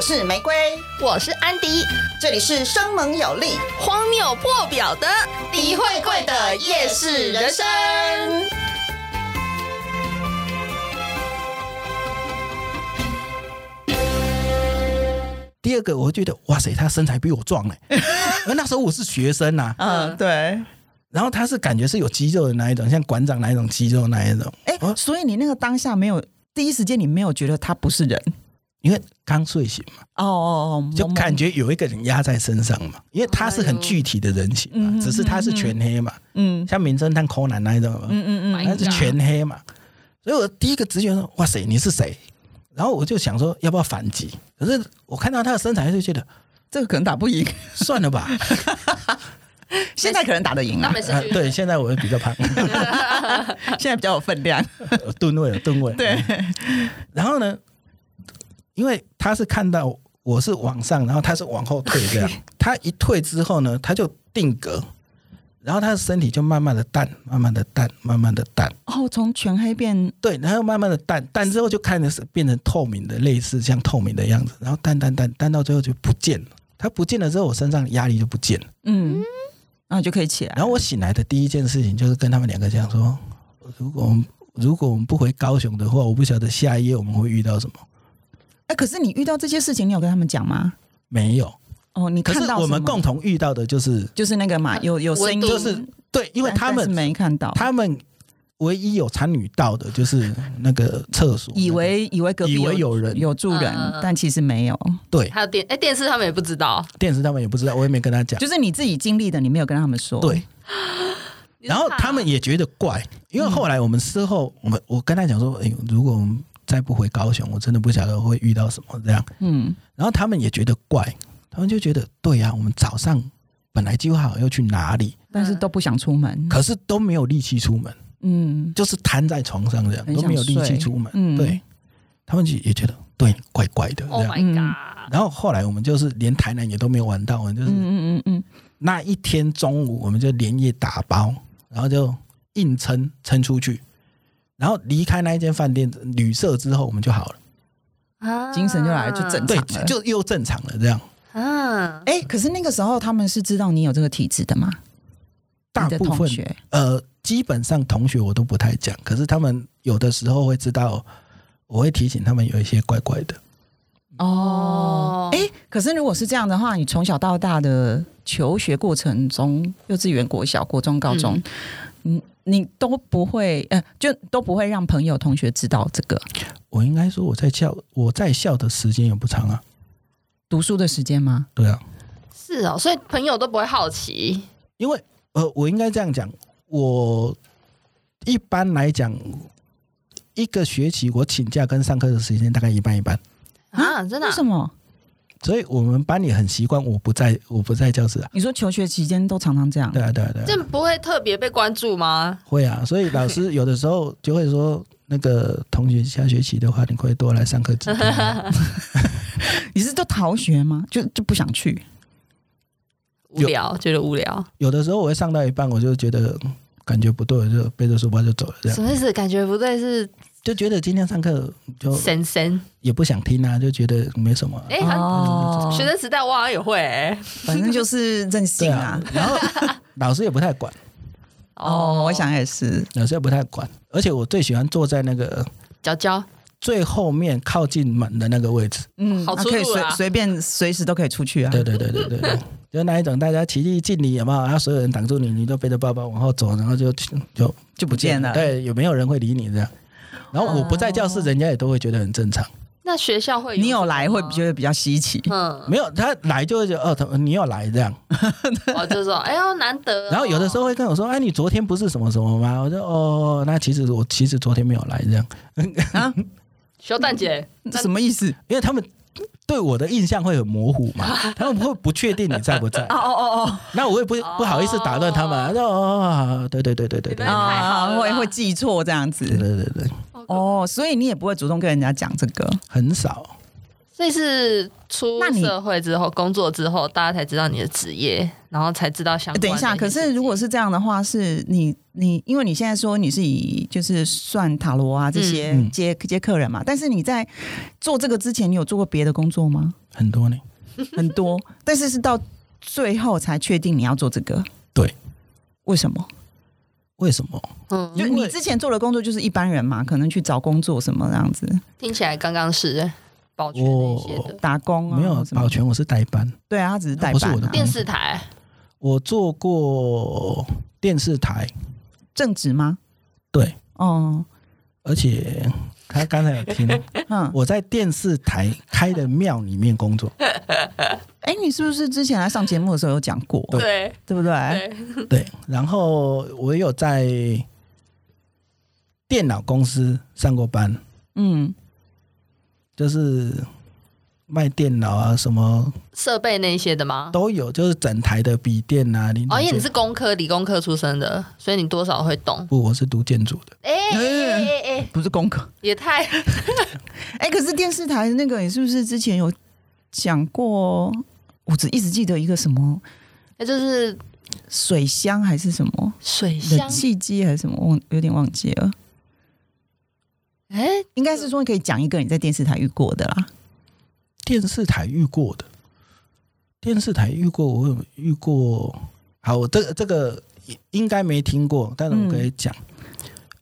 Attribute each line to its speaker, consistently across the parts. Speaker 1: 是玫瑰，
Speaker 2: 我是安迪，
Speaker 1: 这里是生猛有力、
Speaker 2: 荒谬破表的
Speaker 1: 李慧贵的夜市人生。
Speaker 3: 第二个，我会觉得哇塞，他身材比我 壮嘞、而那时候我是学生呐、
Speaker 1: 嗯，
Speaker 4: 对，
Speaker 3: 然后他是感觉是有肌肉的那一种，像馆长那一种肌肉那一种。
Speaker 4: 哎、
Speaker 3: 哦
Speaker 4: 所以你那个当下没有第一时间，你没有觉得他不是人
Speaker 3: 因为刚睡醒嘛，
Speaker 4: 哦哦哦，
Speaker 3: 就
Speaker 4: 懵
Speaker 3: 感，觉有一个人压在身上嘛，因为他是很具体的人形嘛，只是他是全黑嘛，
Speaker 4: 哎嗯
Speaker 3: 像名侦探柯南那一种嘛，啊
Speaker 4: 嗯嗯嗯，
Speaker 3: 他是全黑嘛，所以我第一个直觉说，哇塞，你是谁？然后我就想说，要不要反击？可是我看到他的身材，就觉得
Speaker 4: 这个可能打不 赢，
Speaker 3: 算了吧。
Speaker 4: 现在可能打得赢
Speaker 2: 那
Speaker 4: 啊，
Speaker 2: 没事
Speaker 3: 啊，对，现在我比较胖，
Speaker 4: 现在比较有分量，
Speaker 3: 有吨位有吨位。嗯
Speaker 4: 对，
Speaker 3: 然后呢，因为他是看到我是往上，然后他是往后退这样，他一退之后呢，他就定格，然后他的身体就慢慢的淡，慢慢的淡，慢慢的淡，
Speaker 4: 哦，从全黑变
Speaker 3: 对，然后慢慢的淡，淡之后就看着是变成透明的，类似像透明的样子，然后淡淡淡淡到最后就不见了。它不见了之后，我身上的压力就不见了。
Speaker 4: 嗯，然后就可以起来，
Speaker 3: 然后我醒来的第一件事情就是跟他们两个讲说，如果我们如果我们不回高雄的话，我不晓得下一页我们会遇到什么。
Speaker 4: 哎、可是你遇到这些事情，你有跟他们讲吗？
Speaker 3: 没有，
Speaker 4: 哦，你
Speaker 3: 可
Speaker 4: 看
Speaker 3: 是
Speaker 4: 到
Speaker 3: 我们
Speaker 4: 什么
Speaker 3: 共同遇到的就是
Speaker 4: 就是那个嘛，有有声
Speaker 2: 温
Speaker 4: 音，
Speaker 2: 度
Speaker 3: 就是对，因为
Speaker 4: 但
Speaker 3: 他
Speaker 4: 但是
Speaker 3: 们
Speaker 4: 没看到，
Speaker 3: 他们唯一有参与到的就是那个厕所，
Speaker 4: 以为以为隔壁
Speaker 3: 以为有人
Speaker 4: 有住人，
Speaker 2: 嗯
Speaker 4: 但其实没有，
Speaker 3: 对
Speaker 2: 还有电哎、电视他们也不知道，
Speaker 3: 电视他们也不知道，我也没跟他讲
Speaker 4: 就。是嗯你自己经历的，你没有跟他们说，
Speaker 3: 对，然后他们也觉得怪，因
Speaker 4: 嗯
Speaker 3: 为后来我们事后，我们我跟他讲说，哎、如果我们再不回高雄，我真的不晓得会遇到什么这样。
Speaker 4: 嗯，
Speaker 3: 然后他们也觉得怪，他们就觉得对呀、我们早上本来计划好要去哪里，
Speaker 4: 但是都不想出门，
Speaker 3: 可是都没有力气出门，
Speaker 4: 嗯，
Speaker 3: 就是瘫在床上这样，
Speaker 4: 很
Speaker 3: 都
Speaker 4: 想
Speaker 3: 没有力气
Speaker 4: 睡
Speaker 3: 出门。
Speaker 4: 嗯
Speaker 3: 对，他们就也觉得对，怪怪的这
Speaker 2: ，Oh
Speaker 3: 样。
Speaker 2: my
Speaker 4: 嗯
Speaker 2: god，
Speaker 3: 然后后来我们就是连台南也都没有玩到，我们就是
Speaker 4: 嗯嗯嗯嗯，
Speaker 3: 那一天中午我们就连夜打包，然后就硬撑撑出去，然后离开那一间饭店旅社之后，我们就好了，
Speaker 2: 啊
Speaker 4: 精神就来了就整
Speaker 3: 对
Speaker 4: 正常，了
Speaker 3: 就就又正常了。这样
Speaker 2: 啊，
Speaker 4: 哎、可是那个时候他们是知道你有这个体质的吗？
Speaker 3: 大
Speaker 4: 你的
Speaker 3: 部分
Speaker 4: 同学，
Speaker 3: 呃，基本上同学我都不太讲，可是他们有的时候会知道，我会提醒他们有一些怪怪的。
Speaker 2: 哦，
Speaker 4: 哎、可是如果是这样的话，你从小到大的求学过程中，幼稚园、国小、国中、高中，嗯，你都不会，呃，就都不会让朋友、同学知道这个
Speaker 3: 我应该说我在校我在校的时间也不长啊，
Speaker 4: 读书的时间吗？
Speaker 3: 对啊，
Speaker 2: 是哦，所以朋友都不会好奇，
Speaker 3: 因为呃，我应该这样讲，我一般来讲，一个学期我请假跟上课的时间大概一半一半，
Speaker 2: 啊，真的啊、
Speaker 4: 为什么？
Speaker 3: 所以我们班也很习惯我不在我不在教室啊，
Speaker 4: 你说求学期间都常常这样
Speaker 3: 对？啊对啊对啊
Speaker 2: 这样不会特别被关注吗？
Speaker 3: 会啊，所以老师有的时候就会说，那个同学下学期的话，你可以多来上课几天啊、
Speaker 4: 你是都逃学吗？就就不想去？
Speaker 2: 无聊，觉得无聊，
Speaker 3: 有的时候我会上到一半，我就觉得。嗯感觉不对，我就背着书包就走了，
Speaker 4: 啊
Speaker 3: 这样
Speaker 2: 什么意思？感觉不对，是
Speaker 3: 就觉得今天上课就
Speaker 2: 神神。
Speaker 3: 也不想听啊，就觉得没什么啊、
Speaker 2: 哎、好像
Speaker 4: 哦
Speaker 2: 学生时代我好像也会、欸，
Speaker 4: 嗯反正就是任
Speaker 3: 对
Speaker 4: 性
Speaker 3: 啊
Speaker 4: 啊。。
Speaker 3: 然后 老师也不太管，
Speaker 4: 哦，我想也是。
Speaker 3: 有时候不太管，而且我最喜欢坐在那个
Speaker 2: 娇娇，
Speaker 3: 最后面靠近门的那个位置。
Speaker 4: 嗯，
Speaker 2: 好
Speaker 4: 那
Speaker 2: 出
Speaker 4: 可以
Speaker 2: 路
Speaker 4: 随
Speaker 2: 啊
Speaker 4: 随便随时都可以出去啊。
Speaker 3: 对对对对对 对，就那一种大家齐力敬礼有没有？然后所有人挡住你，你就背着包包往后走，然后就就
Speaker 4: 就不见了
Speaker 3: 对，有没有人会理你这样？然后我不在教室，人家也都会觉得很正常。
Speaker 4: 哦
Speaker 2: 那学校会
Speaker 4: 你有来会
Speaker 2: 比
Speaker 4: 觉得比较稀奇。
Speaker 2: 嗯，
Speaker 3: 没有他来就会觉得哦，他你有来这样。
Speaker 2: 我就说，哎呦，难得哦、
Speaker 3: 然后有的时候会跟我说，哎，你昨天不是什么什么吗？我就哦，那其实我其实昨天没有来这样，
Speaker 2: 修蛋姐，
Speaker 4: 这什么意思？
Speaker 3: 因为他们对我的印象会很模糊嘛， 他们会不确定你在不在。
Speaker 4: 哦哦 哦
Speaker 3: 那我也不不好意思打断他们，他说哦，对对对对对对
Speaker 2: 你
Speaker 3: 对
Speaker 2: 们
Speaker 4: 哦，
Speaker 2: 太好了
Speaker 4: 啊
Speaker 2: 啦
Speaker 4: 会会记错这样
Speaker 3: 对对
Speaker 4: 子。
Speaker 3: 对，对啊
Speaker 4: 哦，所以你也不会主动跟人家讲这个。
Speaker 3: 很少，
Speaker 2: 那是出
Speaker 4: 那你
Speaker 2: 社会之后、工作之后，大家才知道你的职业，然后才知道相关的
Speaker 4: 等一
Speaker 2: 些事情。
Speaker 4: 下，可是如果是这样的话，是你你，因为你现在说你是以就是算塔罗啊这些
Speaker 3: 嗯嗯
Speaker 4: 接、接客人嘛，但是你在做这个之前，你有做过别的工作 吗？
Speaker 3: 很多呢。
Speaker 4: 很多，但是是到最后才确定你要做这个，
Speaker 3: 对，
Speaker 4: 为什么？
Speaker 3: 为什么？
Speaker 2: 嗯，
Speaker 4: 就
Speaker 3: 因
Speaker 4: 你
Speaker 3: 为
Speaker 4: 之前做的工作就是一般人嘛，可能去找工作什么这样子，
Speaker 2: 听起来刚刚是保全那
Speaker 3: 哦
Speaker 2: 些的
Speaker 4: 打工啊，
Speaker 3: 没有
Speaker 4: 什么
Speaker 3: 保全，我是代班。
Speaker 4: 对啊，他只是代
Speaker 3: 不是
Speaker 4: 办、
Speaker 3: 我的
Speaker 4: 啊
Speaker 3: 工，
Speaker 2: 电视台，
Speaker 3: 我做过电视台，
Speaker 4: 正职吗？
Speaker 3: 对，
Speaker 4: 哦，
Speaker 3: 而且他刚才有听，
Speaker 4: 嗯，
Speaker 3: 我在电视台开的庙里面工 作。
Speaker 4: 哎、你是不是之前来上节目的时候有讲过，
Speaker 3: 哦
Speaker 4: 对
Speaker 2: 对
Speaker 4: 不对？
Speaker 3: 哎
Speaker 2: 对，
Speaker 3: 对，然后我有在电脑公司上过班，
Speaker 4: 嗯，
Speaker 3: 就是卖电脑啊，什么
Speaker 2: 设备那些的吗？
Speaker 3: 都有，就是整台的笔电啊。你
Speaker 2: 哦，因为你是工科、理工科出身的，所以你多少会懂。
Speaker 3: 不，我是读建筑的，
Speaker 2: 哎哎哎哎，
Speaker 4: 不是功课。
Speaker 2: 也太
Speaker 4: 哎、可是电视台那个，你是不是之前有讲过？我只一直记得一个什么
Speaker 2: 那就是
Speaker 4: 水箱还是什么
Speaker 2: 水箱
Speaker 4: 冷。气机还是什么，忘有点忘记了。
Speaker 2: 哎，
Speaker 4: 应该是说可以讲一个你在电视台遇过的啦。
Speaker 3: 电视台遇过的，电视台遇过，我有遇过。好，我这个这个应该没听过，但是我可以讲，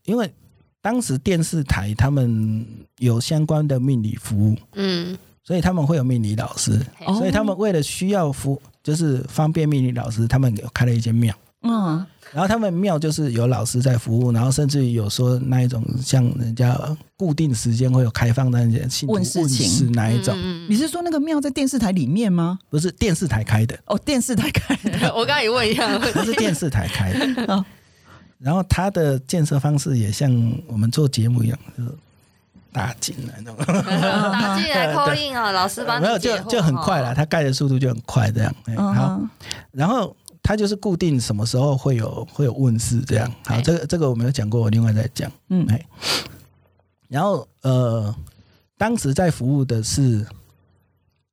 Speaker 3: 因为当时电视台他们有相关的命理服务，
Speaker 2: 嗯，
Speaker 3: 所以他们会有命理老师。
Speaker 2: 哦
Speaker 3: 所以他们为了需要服，就是方便命理老师，他们有开了一间庙。
Speaker 4: 嗯，
Speaker 3: 然后他们庙就是有老师在服务，然后甚至于有说那一种像人家固定时间会有开放的那些信徒
Speaker 4: 问事情
Speaker 3: 事那一种，
Speaker 2: 嗯嗯
Speaker 4: 你是说那个庙在电视台里面吗？
Speaker 3: 不是电视台开的，
Speaker 4: 哦，电视台开 的。
Speaker 2: 嗯我刚才也问一样，
Speaker 3: 不是电视台开
Speaker 4: 哦
Speaker 3: 的。然后它的建设方式也像我们做节目一样，就是打进来那种，
Speaker 2: 打进来
Speaker 3: 对
Speaker 2: call
Speaker 3: 对
Speaker 2: in 啊，老师帮你
Speaker 3: 没有
Speaker 2: 解
Speaker 3: 就
Speaker 2: 惑
Speaker 3: 就很快了，
Speaker 2: 哦
Speaker 3: 它盖的速度就很快这样。哎
Speaker 4: 嗯
Speaker 3: 好，
Speaker 4: 哼，
Speaker 3: 然后它就是固定什么时候会有会有问世这样。好，
Speaker 2: 哎
Speaker 3: 这个这个我没有讲过，我另外再讲。
Speaker 4: 嗯
Speaker 3: 哎然后呃，当时在服务的是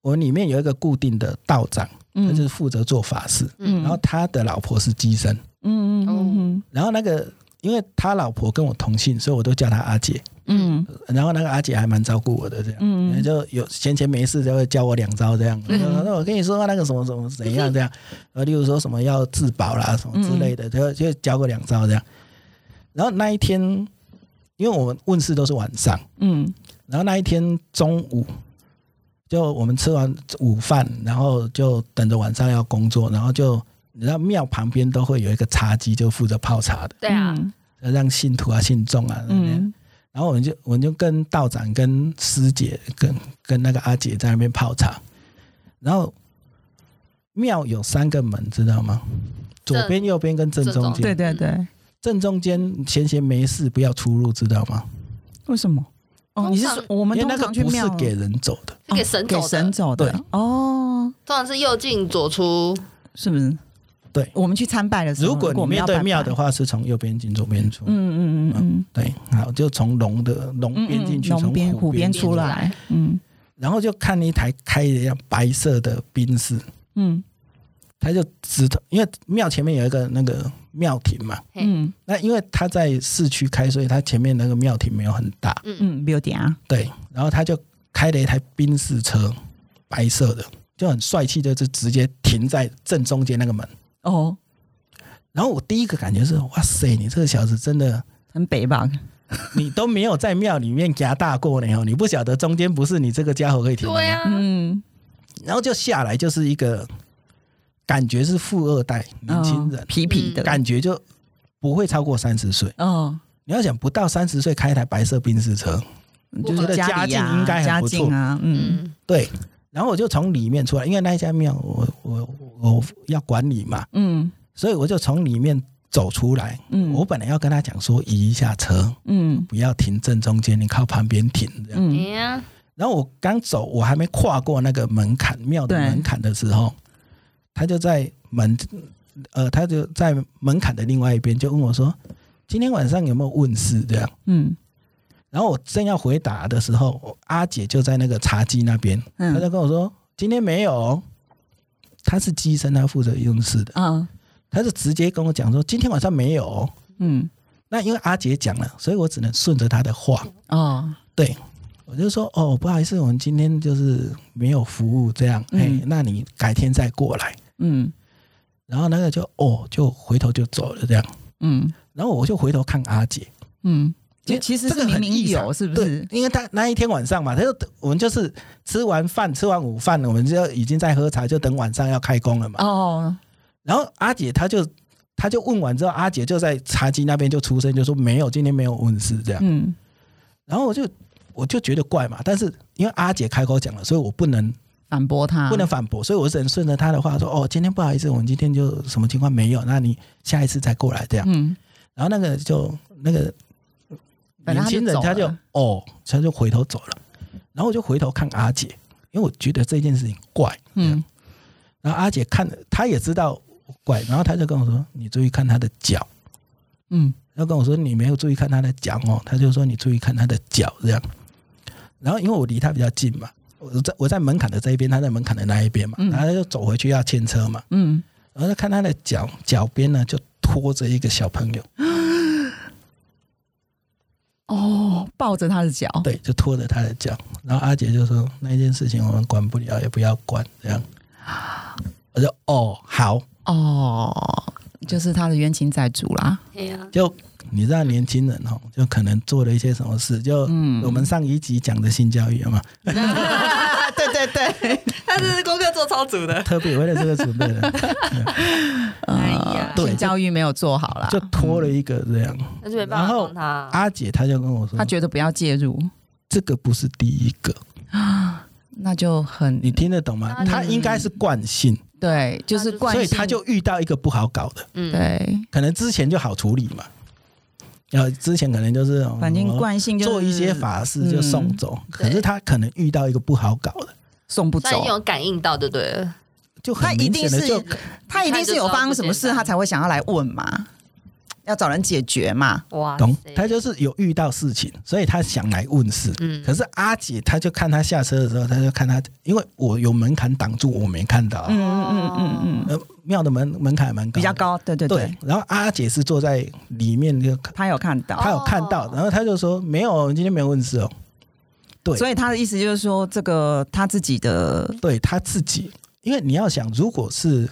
Speaker 3: 我里面有一个固定的道长，他就是负责做法事，
Speaker 4: 嗯
Speaker 3: 然后他的老婆是机身，
Speaker 4: 嗯嗯嗯
Speaker 3: 然后那个。因为他老婆跟我同姓，所以我都叫她阿姐。
Speaker 4: 嗯
Speaker 3: 然后那个阿姐还蛮照顾我的，这样，
Speaker 4: 嗯
Speaker 3: 然后就有闲钱没事就会教我两招这样。我说那我跟你说那个什么什么怎样这样，呃，例如说什么要自保啦什么之类的，
Speaker 4: 嗯
Speaker 3: 就就教过两招这样。然后那一天，因为我们问世都是晚上，
Speaker 4: 嗯
Speaker 3: 然后那一天中午，就我们吃完午饭，然后就等着晚上要工作，然后就你知道庙旁边都会有一个茶几，就负责泡茶的，
Speaker 2: 对啊，
Speaker 3: 让信徒啊、信众啊，
Speaker 4: 嗯
Speaker 3: 然后我们就我们就跟道长、跟师姐、跟跟那个阿姐在那边泡茶。然后庙有三个门，知道吗？左边、右边跟正中
Speaker 2: 正
Speaker 3: 间。
Speaker 4: 对对对，
Speaker 3: 正中间闲闲没事不要出入，知道吗？
Speaker 4: 为什么？哦，你是
Speaker 2: 通
Speaker 4: 说
Speaker 2: 常
Speaker 4: 我们
Speaker 3: 因为那
Speaker 4: 通
Speaker 3: 个
Speaker 4: 常去
Speaker 3: 不是
Speaker 4: 庙
Speaker 3: 给人走的，
Speaker 2: 是给神走
Speaker 4: 给
Speaker 2: 的，
Speaker 4: 神走的
Speaker 3: 对
Speaker 4: 哦，
Speaker 2: 通常是右进左出，
Speaker 4: 是不是？
Speaker 3: 对。
Speaker 4: 我们去参拜的时候，
Speaker 3: 如果你
Speaker 4: 我们
Speaker 3: 面
Speaker 4: 要
Speaker 3: 对
Speaker 4: 拜
Speaker 3: 庙
Speaker 4: 拜
Speaker 3: 的，话，是从右边进，左边出。
Speaker 4: 嗯嗯嗯嗯
Speaker 3: 对，好，就从龙的龙
Speaker 4: 嗯，
Speaker 3: 边进去，
Speaker 4: 嗯嗯
Speaker 3: 从
Speaker 4: 龙边
Speaker 3: 虎
Speaker 4: 虎边
Speaker 3: 边
Speaker 4: 出
Speaker 3: 来，
Speaker 4: 来，嗯
Speaker 3: 然后就看一台开的像白色的宾士，
Speaker 4: 嗯
Speaker 3: 他就直头，因为庙前面有一个那个庙亭嘛，
Speaker 2: 嘿
Speaker 4: 嗯
Speaker 3: 那因为他在市区开，所以他前面那个庙亭没有很大，
Speaker 4: 嗯，没有点啊，
Speaker 3: 对，然后他就开了一台宾士车，白色的，就很帅气的，就直接停在正中间那个门。
Speaker 4: 哦，
Speaker 3: 然后我第一个感觉是，哇塞，你这个小子真的，
Speaker 4: 很北吧？
Speaker 3: 你都没有在庙里面夹大过呢哦，你不晓得中间不是你这个家伙可以停的吗。
Speaker 2: 对啊，
Speaker 4: 嗯
Speaker 3: 然后就下来就是一个感觉是富二代年轻人，
Speaker 4: 哦
Speaker 3: 嗯
Speaker 4: 皮皮的
Speaker 3: 感觉就不会超过三十岁。
Speaker 4: 哦，
Speaker 3: 你要想不到三十岁开一台白色宾士车，
Speaker 4: 就是
Speaker 3: 觉得
Speaker 4: 家里
Speaker 3: 家境
Speaker 4: 啊
Speaker 3: 应该
Speaker 4: 家
Speaker 3: 很不错
Speaker 4: 境啊，嗯
Speaker 2: 嗯，
Speaker 3: 对。然后我就从里面出来，因为那一家庙我我我我要管理嘛，
Speaker 4: 嗯
Speaker 3: 所以我就从里面走出来。
Speaker 4: 嗯
Speaker 3: 我本来要跟他讲说移一下车，
Speaker 4: 嗯
Speaker 3: 不要停正中间，你靠旁边停这样。
Speaker 2: 哎
Speaker 4: 嗯，
Speaker 2: 呀，
Speaker 3: 然后我刚走，我还没跨过那个门槛庙的
Speaker 4: 对
Speaker 3: 门槛的时候，他就在门，呃，他就在门槛的另外一边就问我说：“今天晚上有没有问世？”这样，
Speaker 4: 嗯
Speaker 3: 然后我正要回答的时候，我阿姐就在那个茶几那边，她
Speaker 4: 嗯
Speaker 3: 就跟我说：“今天没有哦。”她是机身，她负责用室的，
Speaker 4: 啊
Speaker 3: 她就直接跟我讲说：“今天晚上没有哦。
Speaker 4: 嗯”
Speaker 3: 那因为阿姐讲了，所以我只能顺着她的话，
Speaker 4: 哦
Speaker 3: 对我就说：“哦，不好意思，我们今天就是没有服务这样，哎、
Speaker 4: 嗯
Speaker 3: 那你改天再过来。
Speaker 4: 嗯”
Speaker 3: 然后那个就哦，就回头就走了这样。
Speaker 4: 嗯
Speaker 3: 然后我就回头看阿姐，
Speaker 4: 嗯，就
Speaker 3: 因为
Speaker 4: 其实
Speaker 3: 这
Speaker 4: 是
Speaker 3: 个
Speaker 4: 明
Speaker 3: 很
Speaker 4: 明
Speaker 3: 异常
Speaker 4: 有，是不是
Speaker 3: 对？，因为他那一天晚上嘛，他就我们就是吃完饭、吃完午饭，我们就已经在喝茶，就等晚上要开工了嘛。
Speaker 4: 哦，
Speaker 3: 然后阿姐她就她就问完之后，阿姐就在茶几那边就出声，就说没有，今天没有问世这样。
Speaker 4: 嗯
Speaker 3: 然后我就我就觉得怪嘛，但是因为阿姐开口讲了，所以我不能
Speaker 4: 反驳他
Speaker 3: 不能反驳，所以我只能顺着她的话说，哦，今天不好意思，我们今天就什么情况没有，那你下一次再过来这样。
Speaker 4: 嗯，
Speaker 3: 然后那个就那个
Speaker 4: 本
Speaker 3: 年
Speaker 4: 来他就
Speaker 3: 轻人
Speaker 4: 走
Speaker 3: 他就
Speaker 4: 了
Speaker 3: 哦，他就回头走了，然后我就回头看阿姐，因为我觉得这件事情怪，
Speaker 4: 嗯
Speaker 3: 然后阿姐看了，她也知道我怪，然后她就跟我说：“你注意看她的脚。
Speaker 4: 嗯”
Speaker 3: 然后跟我说：“你没有注意看她的脚哦。”她就说：“你注意看她的脚。”这样，然后因为我离她比较近嘛，我在我在门槛的这一边，她在门槛的那一边嘛，然后她就走回去要牵车嘛，
Speaker 4: 嗯，
Speaker 3: 然后就看她的脚脚边呢就拖着一个小朋友，
Speaker 4: 哦，抱着他的脚，
Speaker 3: 对，就拖着他的脚。然后阿姐就说：“那一件事情我们管不了，也不要管。”这样，我就哦好，
Speaker 4: 哦，就是他的冤亲债主啦，
Speaker 2: 哎呀，
Speaker 3: 就你知道年轻人哦，就可能做了一些什么事，就
Speaker 4: 嗯
Speaker 3: 我们上一集讲的性教育嘛，
Speaker 1: 啊，对对对，
Speaker 2: 他这是功课做超足
Speaker 4: 啊
Speaker 2: 的，
Speaker 3: 特别为了这个准备的，
Speaker 2: 哎呀，
Speaker 3: 对
Speaker 4: 性教育没有做好啦，
Speaker 3: 就拖了一个这样。
Speaker 2: 那就没办法帮他啊。
Speaker 3: 阿姐她就跟我说
Speaker 4: 他：“觉得不要介入，
Speaker 3: 这个不是第一个，
Speaker 4: 那就很
Speaker 3: 你听得懂吗？
Speaker 2: 嗯
Speaker 3: 她应该是惯性，
Speaker 4: 对，就是惯
Speaker 3: 所
Speaker 4: 性，
Speaker 3: 以她就遇到一个不好搞的，
Speaker 2: 嗯，
Speaker 4: 对，
Speaker 3: 可能之前就好处理嘛。”呃，之前可能就是哦
Speaker 4: 反正惯性就是
Speaker 3: 做一些法事就送走，
Speaker 4: 嗯
Speaker 3: 可是他可能遇到一个不好搞的，
Speaker 4: 送不
Speaker 2: 但你
Speaker 4: 走，
Speaker 2: 有感应到就对了。
Speaker 3: 就很明显的就
Speaker 4: 他一定是有发生什么事，他才会想要来问嘛，要找人解决嘛，
Speaker 2: 哇塞
Speaker 3: 懂，他就是有遇到事情，所以他想来问事。
Speaker 2: 嗯
Speaker 3: 可是阿姐，她就看他下车的时候，她就看他，因为我有门槛挡住，我没看到啊。
Speaker 4: 嗯嗯嗯嗯嗯，
Speaker 3: 呃，庙的门门槛还蛮高，
Speaker 4: 比较。高，对对
Speaker 3: 对
Speaker 4: 对，，
Speaker 3: 然后阿姐是坐在里面，就
Speaker 4: 他有看到。
Speaker 3: 她有看
Speaker 4: 哦
Speaker 3: 到，然后她就说没有，今天没有问事哦。对
Speaker 4: 所以他的意思就是说，这个他自己的
Speaker 3: 对他自己，因为你要想，如果是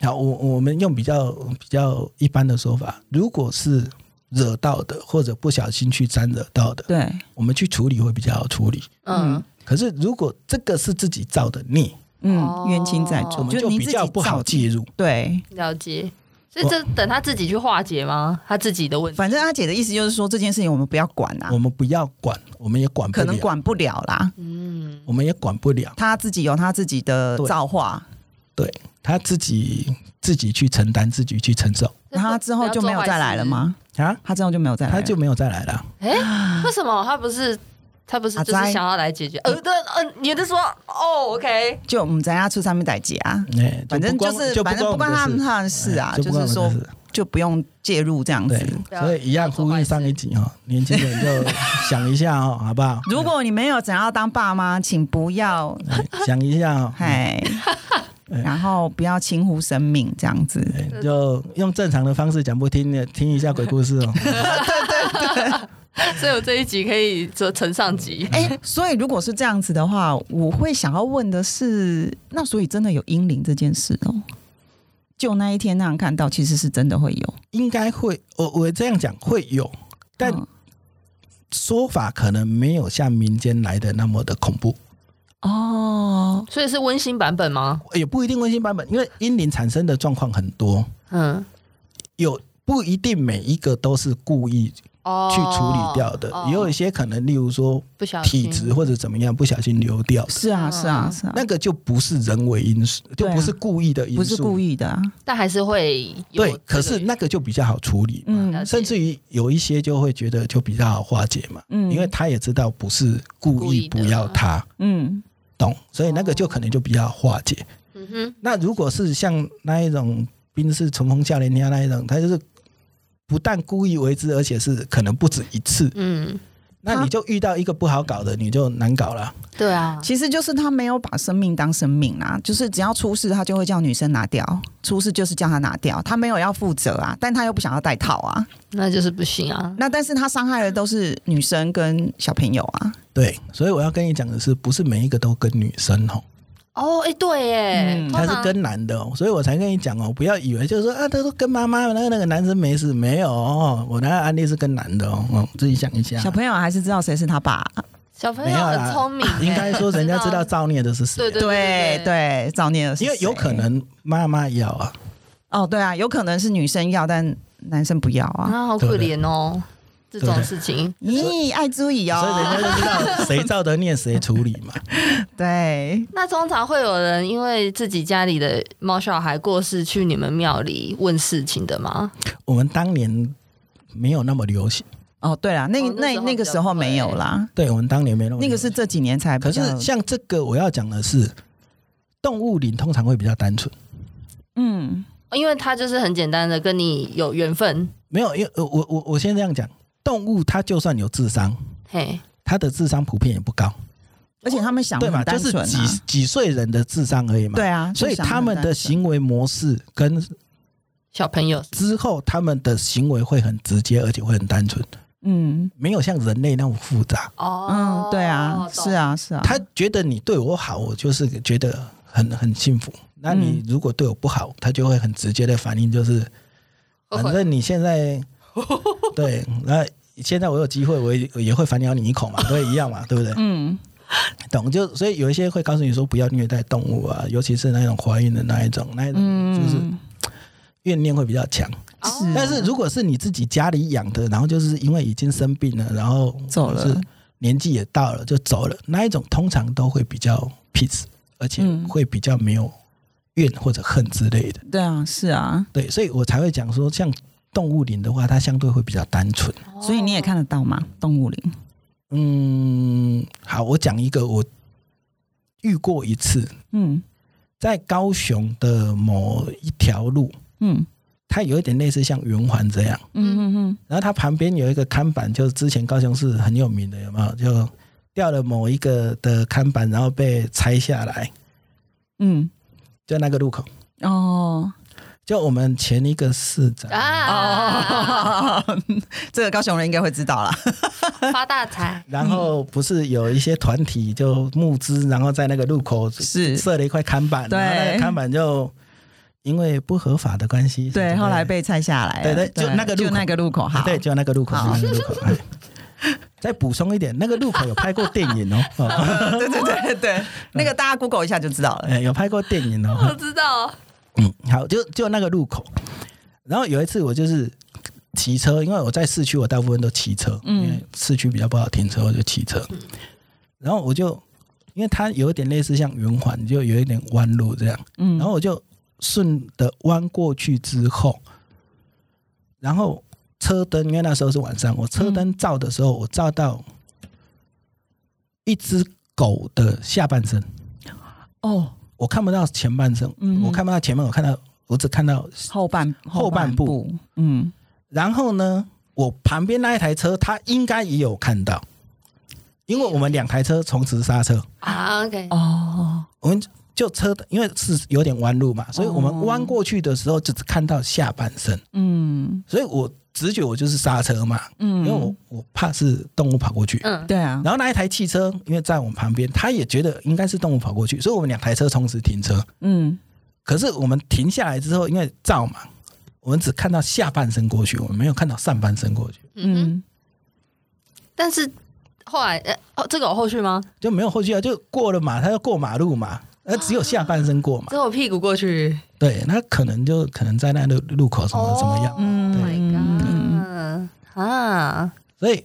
Speaker 3: 好，我我们用比较比较一般的说法，如果是惹到的，或者不小心去沾惹到的，
Speaker 4: 对，
Speaker 3: 我们去处理会比较好处理。
Speaker 2: 嗯，
Speaker 3: 可是如果这个是自己造的孽，
Speaker 4: 嗯
Speaker 2: 哦，
Speaker 4: 冤亲债主，
Speaker 3: 我们就
Speaker 4: 你
Speaker 3: 比
Speaker 4: 自己
Speaker 3: 较不好
Speaker 4: 造
Speaker 3: 介入。
Speaker 4: 对，
Speaker 2: 嗯了解。所以这等他自己去化解吗？他自己的问题。
Speaker 4: 反正阿姐的意思就是说，这件事情我们不要管啊
Speaker 3: 我，们不要管，我们也管不
Speaker 4: 可能
Speaker 3: 了，
Speaker 4: 管不了啦。
Speaker 2: 嗯，
Speaker 3: 我们也管不了。
Speaker 4: 他自己有他自己的
Speaker 3: 对
Speaker 4: 造化，
Speaker 3: 对他自己自己去承担，自己去承受
Speaker 4: 然后他之后就没有再来了？吗？
Speaker 3: 啊，
Speaker 4: 他之后就没有再来了，
Speaker 3: 他就没有再来了。
Speaker 2: 哎、为什么他不是他不是
Speaker 4: 阿
Speaker 2: 就是
Speaker 4: 斋
Speaker 2: 想要来解决？呃，对，呃，你就说哦，OK，
Speaker 4: 就我们在家出上面逮姐啊，
Speaker 3: 哎，就
Speaker 4: 反正
Speaker 3: 不关
Speaker 4: 是
Speaker 3: 就
Speaker 4: 反正
Speaker 3: 不
Speaker 4: 不关
Speaker 3: 我
Speaker 4: 他
Speaker 3: 的
Speaker 4: 们
Speaker 3: 事
Speaker 4: 他的事啊，
Speaker 3: 哎就
Speaker 4: 就
Speaker 3: 不关
Speaker 4: 是
Speaker 3: 我
Speaker 4: 说
Speaker 3: 们的事
Speaker 4: 就不用介入这样
Speaker 3: 对
Speaker 4: 子。，
Speaker 3: 所以一样呼吁上一集哦，年轻人就想一下哦，好不好？
Speaker 4: 如果你没有想要当爸妈，请不要
Speaker 3: 哎想一下哦，
Speaker 4: 嗨，然后不要轻忽生命这样子。
Speaker 3: 哎就用正常的方式讲不听的，听一下鬼故事哦。
Speaker 2: 所以我这一集可以做成上集。
Speaker 4: 哎、所以如果是这样子的话，我会想要问的是，那所以真的有阴灵这件事哦？就那一天那样看到，其实是真的会有，
Speaker 3: 应该会，我我这样讲会有，但
Speaker 4: 嗯
Speaker 3: 说法可能没有像民间来的那么的恐怖，
Speaker 4: 哦，
Speaker 2: 所以是温馨版本吗？
Speaker 3: 也不一定温馨版本，因为阴灵产生的状况很多，
Speaker 2: 嗯，
Speaker 3: 有不一定每一个都是故意
Speaker 2: 哦
Speaker 3: 去处理掉的，也有一些可能，例如说
Speaker 2: 不小心
Speaker 3: 体质或者怎么样不小心流掉的。
Speaker 4: 是啊，是啊，是啊，
Speaker 3: 那个就不是人为因素，就
Speaker 4: 对啊
Speaker 3: 不是故意的因素，
Speaker 4: 不是故意的啊，
Speaker 2: 但还是会有
Speaker 3: 对
Speaker 2: 这，个
Speaker 3: 可是那个就比较好处理嘛，
Speaker 4: 嗯
Speaker 3: 甚至于有一些就会觉得就比较好化解嘛，
Speaker 4: 嗯
Speaker 3: 因为他也知道不是故
Speaker 2: 故
Speaker 3: 意
Speaker 2: 意的
Speaker 3: 不要他
Speaker 4: 嗯
Speaker 3: 懂，所以那个就可能就比较好化解。
Speaker 4: 哦
Speaker 2: 嗯哼
Speaker 3: 那如果是像那一种冰释重逢笑脸天那一种，他就是。不但故意为之，而且是可能不止一次。
Speaker 2: 嗯，
Speaker 3: 那你就遇到一个不好搞的，你就难搞了。
Speaker 2: 对啊，
Speaker 4: 其实就是他没有把生命当生命啦、就是只要出事，他就会叫女生拿掉，出事就是叫他拿掉，他没有要负责啊，但他又不想要戴套啊，
Speaker 2: 那就是不行啊。
Speaker 4: 那但是他伤害的都是女生跟小朋友啊，
Speaker 3: 对，所以我要跟你讲的是，不是每一个都跟女生哦，
Speaker 2: 哦，哎，对耶
Speaker 4: 嗯，
Speaker 2: 通
Speaker 3: 他
Speaker 2: 常
Speaker 3: 是跟男的哦，所以我才跟你讲哦，不要以为就是说啊，他都跟妈妈那个那个男生没事，没有哦，我那个案例是跟男的哦，哦自己想一下
Speaker 4: 小。朋友还是知道谁是他爸，啊
Speaker 2: 小朋
Speaker 3: 没
Speaker 2: 友
Speaker 3: 有
Speaker 2: 很
Speaker 3: 啦
Speaker 2: 聪明 耶，
Speaker 3: 应该说人家知道造孽的是
Speaker 2: 对
Speaker 3: 谁啊，
Speaker 2: 对对
Speaker 4: 对，造孽的是
Speaker 3: 因为有
Speaker 4: 谁
Speaker 3: 可能妈妈要啊，
Speaker 4: 哦，对啊，有可能是女生要，但男生不要啊，
Speaker 2: 啊，好可怜哦，这
Speaker 3: 对
Speaker 2: 种
Speaker 3: 对
Speaker 2: 事情，
Speaker 4: 咦，爱注意
Speaker 3: 所以
Speaker 4: 哦，
Speaker 3: 人家就知道谁造的孽谁处理嘛。
Speaker 4: 对，
Speaker 2: 那通常会有人因为自己家里的猫小孩过世去你们庙里问事情的吗？
Speaker 3: 我们当年没有那么流行，
Speaker 4: 哦，对啦，那
Speaker 2: 哦那
Speaker 4: 那
Speaker 2: 时候
Speaker 4: 那个时候没有啦，
Speaker 3: 对我们当年没那么流行
Speaker 4: 那个是这几年才比
Speaker 3: 可
Speaker 4: 较，
Speaker 3: 是像这个我要讲的是，动物灵通常会比较单纯，
Speaker 4: 嗯。
Speaker 2: 因为他就是很简单的跟你有缘分，
Speaker 3: 没有，因为呃我我我先这样讲，动物它就算有智商，
Speaker 2: 嘿，
Speaker 3: 它的智商普遍也不高，
Speaker 4: 而且他们想
Speaker 3: 对
Speaker 4: 的
Speaker 3: 嘛？
Speaker 4: 很
Speaker 3: 就
Speaker 4: 单
Speaker 3: 是
Speaker 4: 纯、啊，
Speaker 3: 几几岁人的智商而已嘛。
Speaker 4: 对。啊，
Speaker 3: 所以
Speaker 4: 就想得
Speaker 3: 他们
Speaker 4: 很单
Speaker 3: 的
Speaker 4: 纯
Speaker 3: 行为模式跟
Speaker 2: 小朋友
Speaker 3: 之后他们的行为会很直接，而且会很单纯，
Speaker 4: 嗯
Speaker 3: 没有像人类那么复杂。
Speaker 2: 哦
Speaker 4: 嗯，，对啊，
Speaker 2: 懂
Speaker 4: 是，啊，是啊，
Speaker 3: 他觉得你对我好，我就是觉得很很幸福。那你如果对我不好，他就会很直接的反应就是，
Speaker 2: 后
Speaker 3: 反
Speaker 2: 悔
Speaker 3: 正你现 在对，那现在我有机会，我也也会反咬你一口嘛，都一样嘛，对不对？
Speaker 4: 嗯
Speaker 3: 懂就所以有一些会告诉你说不要虐待动物啊，尤其是那种怀孕的那一种，那一种就是
Speaker 4: 嗯，
Speaker 3: 怨念会比较强。
Speaker 2: 哦
Speaker 3: 但是如果是你自己家里养的，然后就是因为已经生病了，然后
Speaker 4: 走了
Speaker 3: 是年纪也到了就走了，那一种通常都会比较 peace，而且
Speaker 4: 嗯
Speaker 3: 会比较没有怨或者恨之类的。
Speaker 4: 对啊，是啊，
Speaker 3: 对，所以我才会讲说，像动物灵的话，它相对会比较单纯。
Speaker 4: 所以你也看得到嘛，动物灵，
Speaker 3: 嗯，好，我讲一个我遇过一次，
Speaker 4: 嗯
Speaker 3: 在高雄的某一条路，
Speaker 4: 嗯
Speaker 3: 它有一点类似像圆环这样。
Speaker 4: 嗯嗯嗯，
Speaker 3: 然后它旁边有一个看板，就是之前高雄市很有名的，有没有？就掉了某一个的看板，然后被拆下来，
Speaker 4: 嗯
Speaker 3: 就那个路口，
Speaker 4: 哦
Speaker 3: 就我们前一个市长，
Speaker 2: 啊，
Speaker 4: 哦， 这个高雄人应该会知道啦。
Speaker 2: 发大财，
Speaker 3: 然后不是有一些团体就募资，然后在那个路口
Speaker 4: 是
Speaker 3: 设了一块看板，
Speaker 4: 对
Speaker 3: 然后那个看板就因为不合法的关系，
Speaker 4: 对，
Speaker 3: 是
Speaker 4: 后来被拆下来了。
Speaker 3: 对对就那个路口
Speaker 4: 就那个路口，好，
Speaker 3: 对，就那个路口，
Speaker 4: 啊好
Speaker 3: 就那个路口。哎再补充一点，那个路口有拍过电影哦，哦
Speaker 4: 呃对对对对，那个大家 Google 一下就知道了。
Speaker 3: 哎有拍过电影哦，
Speaker 2: 我知道，
Speaker 3: 嗯，好，就就那个路口。然后有一次我就是骑车，因为我在市区，我大部分都骑车，
Speaker 4: 嗯
Speaker 3: 因为市区比较不好停车，我就骑车。然后我就，因为它有一点类似像圆环，就有一点弯路这样。
Speaker 4: 嗯，
Speaker 3: 然后我就顺的弯过去之后，然后车灯，因为那时候是晚上，我车灯照的时候，我照到一只狗的下半身。
Speaker 4: 哦，
Speaker 3: 我看不到前半身，
Speaker 4: 嗯
Speaker 3: 我看不到前面，我看到我只看到。
Speaker 4: 后半
Speaker 3: 后半部
Speaker 4: 部，嗯，
Speaker 3: 然后呢，我旁边那一台车，他应该也有看到，因为我们两台车同时刹车，
Speaker 2: 啊，OK，
Speaker 4: 哦，
Speaker 3: 我们就车因为是有点弯路嘛，所以我
Speaker 4: 哦
Speaker 3: 们弯过去的时候就只看到下半身，
Speaker 4: 嗯
Speaker 3: 所以我直觉我就是刹车嘛，
Speaker 4: 嗯，
Speaker 3: 因为我我怕是动物跑过去。
Speaker 2: 嗯，
Speaker 4: 对啊，
Speaker 3: 然后那一台汽车，因为在我们旁边，他也觉得应该是动物跑过去，所以我们两台车同时停车。
Speaker 4: 嗯
Speaker 3: 可是我们停下来之后，因为照嘛，我们只看到下半身过去，我们没有看到上半身过去，
Speaker 2: 嗯
Speaker 4: 嗯
Speaker 2: 但是后来，呃，哦，这个有后续吗？
Speaker 3: 就没有后续啊，就过了嘛，他要过马路
Speaker 2: 啊
Speaker 3: 嘛，那只有下半身过嘛，
Speaker 2: 只有屁股过去，
Speaker 3: 对，那可能就可能在那路路口什么怎么样，
Speaker 2: 嗯
Speaker 4: 对
Speaker 2: ，My God，啊，
Speaker 3: 所以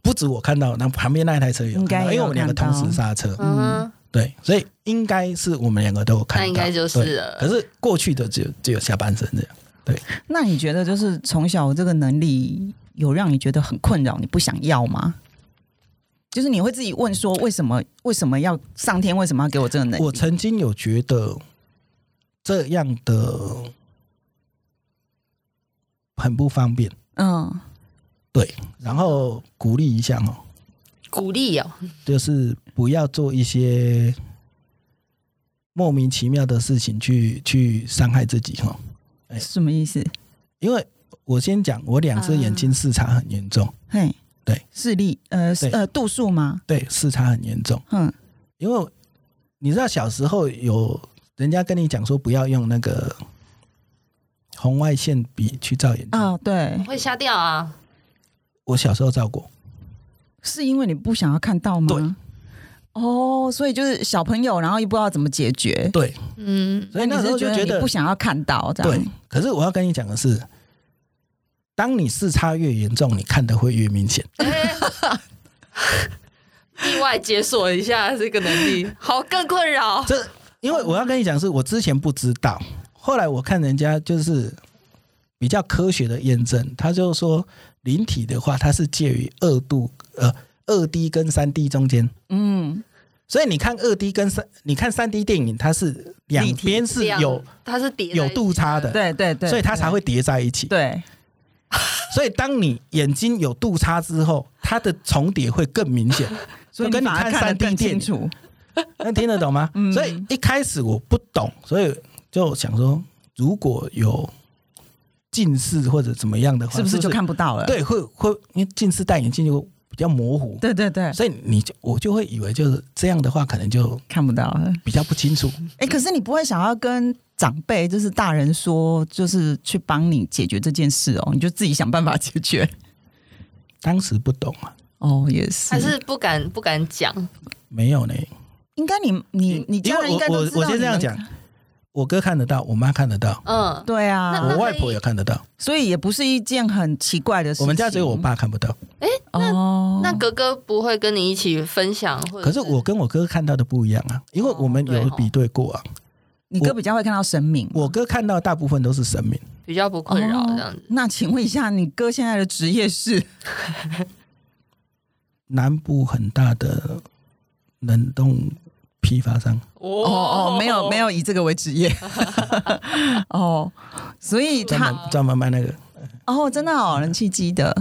Speaker 3: 不止我看到，那旁边那一台车也有
Speaker 4: 应该
Speaker 3: 看到，因
Speaker 4: 也
Speaker 3: 为
Speaker 4: 有
Speaker 3: 我们两个同
Speaker 4: 看到
Speaker 3: 时刹车，
Speaker 2: 嗯哼，
Speaker 3: 对，所以应该是我们两个都有看到，
Speaker 2: 那应该就是
Speaker 3: 对
Speaker 2: 了
Speaker 3: 可是过去的只有只有下半身这样，
Speaker 4: 那你觉得就是从小这个能力有让你觉得很困扰，你不想要吗？就是你会自己问说，为什么为什么要上天为什么要给我这个能力？
Speaker 3: 我曾经有觉得这样的很不方便。
Speaker 4: 嗯，
Speaker 3: 对，然后鼓励一下哦，
Speaker 2: 鼓励哦，
Speaker 3: 就是不要做一些莫名其妙的事情去去伤害自己哦。
Speaker 4: 什么意思？
Speaker 3: 因为我先讲，我两只眼睛视差很严重，
Speaker 4: 嘿，
Speaker 3: 对，
Speaker 4: 视力，呃
Speaker 3: 对
Speaker 4: 呃，度数吗？
Speaker 3: 对，视差很严重。
Speaker 4: 嗯，
Speaker 3: 因为你知道小时候有人家跟你讲说不要用那个红外线笔去照眼睛，
Speaker 4: 啊，对，
Speaker 2: 会瞎掉啊。
Speaker 3: 我小时候照过，
Speaker 4: 是因为你不想要看到吗？
Speaker 3: 对
Speaker 4: 哦，所以就是小朋友，然后又不知道怎么解决，
Speaker 3: 对，
Speaker 2: 嗯，
Speaker 3: 所以
Speaker 4: 那
Speaker 3: 那
Speaker 4: 你
Speaker 3: 时
Speaker 4: 是
Speaker 3: 候就
Speaker 4: 觉
Speaker 3: 觉
Speaker 4: 你
Speaker 3: 得
Speaker 4: 不想要看到这样
Speaker 3: 对。可是我要跟你讲的是，当你视差越严重，你看的会越明显。
Speaker 2: 意外解锁一下这个能力，好更困扰。
Speaker 3: 这因为我要跟你讲，是我之前不知道，后来我看人家就是比较科学的验证，他就说灵体的话，它是介于二度呃二 D 跟三 D 中间。
Speaker 4: 嗯，
Speaker 3: 所以你看二 D 跟三，你看三 D 电影，它是两边是有
Speaker 2: 它是叠在
Speaker 3: 有度差的，
Speaker 4: 对对对，
Speaker 3: 所以它才会叠在一起。
Speaker 4: 对
Speaker 3: 所以当你眼睛有度差之后，它的重叠会更明 显。
Speaker 4: 所以
Speaker 3: 就跟你
Speaker 4: 反而
Speaker 3: 看
Speaker 4: 看得
Speaker 3: 3D 电
Speaker 4: 更清
Speaker 3: 影
Speaker 4: 楚。
Speaker 3: 能听得懂吗？
Speaker 4: 嗯
Speaker 3: 所以一开始我不懂，所以就想说，如果有近视或者怎么样的话，
Speaker 4: 是不是就看不到了？
Speaker 3: 对会会，因为近视戴眼镜就比较模糊，
Speaker 4: 对对对，
Speaker 3: 所以你就我就会以为就是这样的话，可能就
Speaker 4: 看不到了。
Speaker 3: 比较不清楚。
Speaker 4: 哎、可是你不会想要跟长辈，就是大人说，就是去帮你解决这件事哦，你就自己想办法解 决。
Speaker 3: 当时不懂啊，
Speaker 4: 哦，也是，
Speaker 2: 还是不敢不敢讲。
Speaker 3: 没有呢。
Speaker 4: 应该你你你
Speaker 3: 因
Speaker 4: 家人
Speaker 3: 为
Speaker 4: 应
Speaker 3: 我
Speaker 4: 该
Speaker 3: 我
Speaker 4: 都知道
Speaker 3: 我先
Speaker 4: 你
Speaker 3: 这样
Speaker 4: 们
Speaker 3: 讲，，我哥看得到，我妈看得到，
Speaker 2: 嗯，
Speaker 4: 对
Speaker 2: 那
Speaker 4: 啊
Speaker 3: 我，外婆也看得到，
Speaker 4: 所以也不是一件很奇怪的事情。
Speaker 3: 我们家只有我爸看不到。
Speaker 4: 哦，
Speaker 2: 那格格不会跟你一起分享，或者
Speaker 3: 可是我跟我哥看到的不一样啊，因为我们
Speaker 2: 哦对
Speaker 3: 有
Speaker 2: 哦
Speaker 3: 比对过啊。
Speaker 4: 你哥比较会看到神明，
Speaker 3: 我哥看到大部分都是神明。
Speaker 2: 比较不困扰这样子。
Speaker 4: 哦那请问一下，你哥现在的职业是？
Speaker 3: 南部很大的冷冻批发商，
Speaker 4: 哦哦，没有没有以这个为职 业。哦，所以
Speaker 3: 专
Speaker 4: 他
Speaker 3: 门专门卖那个。
Speaker 4: 哦，真的哦，人气机的。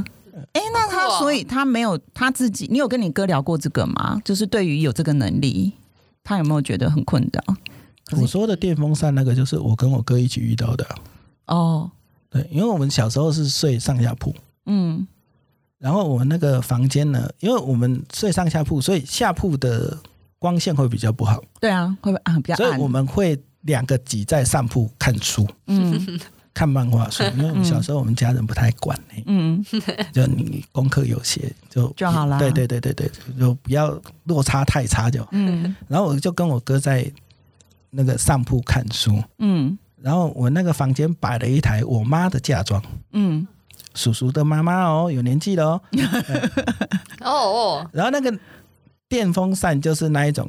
Speaker 4: 哎，那他
Speaker 2: 哇
Speaker 4: 所以他没有他自己，你有跟你哥聊过这个吗？就是对于有这个能力，他有没有觉得很困扰？可是
Speaker 3: 我说的电风扇那个，就是我跟我哥一起遇到的。
Speaker 4: 哦，
Speaker 3: 对，因为我们小时候是睡上下铺，
Speaker 4: 嗯，
Speaker 3: 然后我们那个房间呢，因为我们睡上下铺，所以下铺的光线会比较不好，
Speaker 4: 对啊，会不会啊比较
Speaker 3: 所以
Speaker 4: 暗？
Speaker 3: 我们会两个挤在上铺看书。
Speaker 4: 嗯
Speaker 3: 看漫画书，因为我们小时候我们家人不太管、欸，
Speaker 4: 嗯，
Speaker 3: 就你功课有写就
Speaker 4: 就好啦
Speaker 3: 对对对对对，就不要落差太差就好。
Speaker 4: 嗯
Speaker 3: 然后我就跟我哥在那个上铺看书，
Speaker 4: 嗯
Speaker 3: 然后我那个房间摆了一台我妈的嫁妆，
Speaker 4: 嗯，
Speaker 3: 叔叔的妈妈哦，有年纪了 哦。
Speaker 2: 哦哦，
Speaker 3: 然后那个电风扇就是那一种，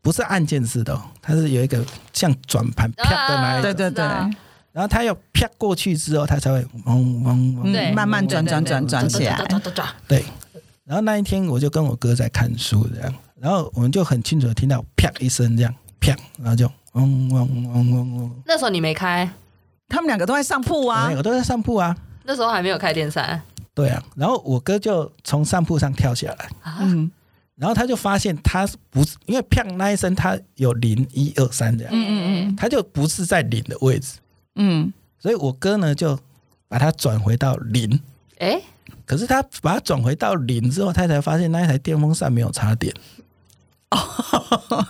Speaker 3: 不是按键式的、哦，它是有一个像转盘啪的那一种，
Speaker 4: 对对对，
Speaker 2: 啊
Speaker 3: 然后它要啪过去之后，它才会嗡嗡嗡。
Speaker 2: 对
Speaker 4: 嗯，慢慢转转转转起来
Speaker 2: 抓，抓抓抓
Speaker 3: 对。然后那一天我就跟我哥在看书这样，然后我们就很清楚的听到啪一声这样啪，然后就嗡嗡嗡嗡嗡。
Speaker 2: 那时候你没开，
Speaker 4: 他们两个都在上铺啊
Speaker 3: 没，有，都在上铺啊。
Speaker 2: 那时候还没有开电扇，
Speaker 3: 对啊，然后我哥就从上铺上跳下来，
Speaker 4: 嗯
Speaker 3: 然后他就发现他是不是因为啪那一声，他有零一二三这样，
Speaker 4: 嗯嗯
Speaker 3: 他就不是在零的位置，
Speaker 4: 嗯
Speaker 3: 所以我哥呢就把它转回到零。
Speaker 2: 哎，
Speaker 3: 可是他把它转回到零之后，他才发现那一台电风扇没有插电，
Speaker 4: 嗯，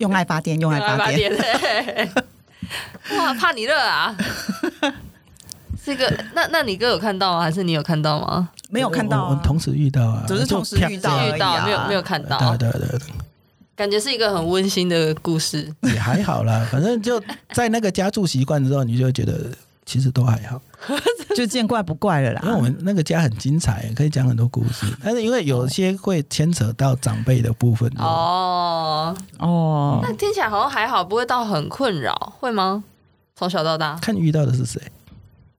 Speaker 4: 用爱发电，用爱发电，
Speaker 2: 电， 哇，怕你热啊！这个，那那你哥有看到吗？还是你有看到吗？
Speaker 4: 没有看到
Speaker 3: 我
Speaker 4: 啊，
Speaker 3: 我们同时遇到啊，
Speaker 4: 只是
Speaker 3: 就
Speaker 4: 同时
Speaker 3: 啪
Speaker 4: 遇到而已
Speaker 2: 遇到
Speaker 4: 啊
Speaker 2: 没有没有看到
Speaker 3: 对，对对对，
Speaker 2: 感觉是一个很温馨的故事。
Speaker 3: 也还好啦，反正就在那个家住习惯之后，你就会觉得其实都还好。
Speaker 4: 就见怪不怪了啦。
Speaker 3: 因为我们那个家很精彩，可以讲很多故事，但是因为有些会牵扯到长辈的部
Speaker 4: 嗯
Speaker 3: 分。哦，
Speaker 2: 哦，
Speaker 4: 哦，
Speaker 2: 那听起来好像还好，不会到很困扰，会吗？从小到大，
Speaker 3: 看遇到的是谁？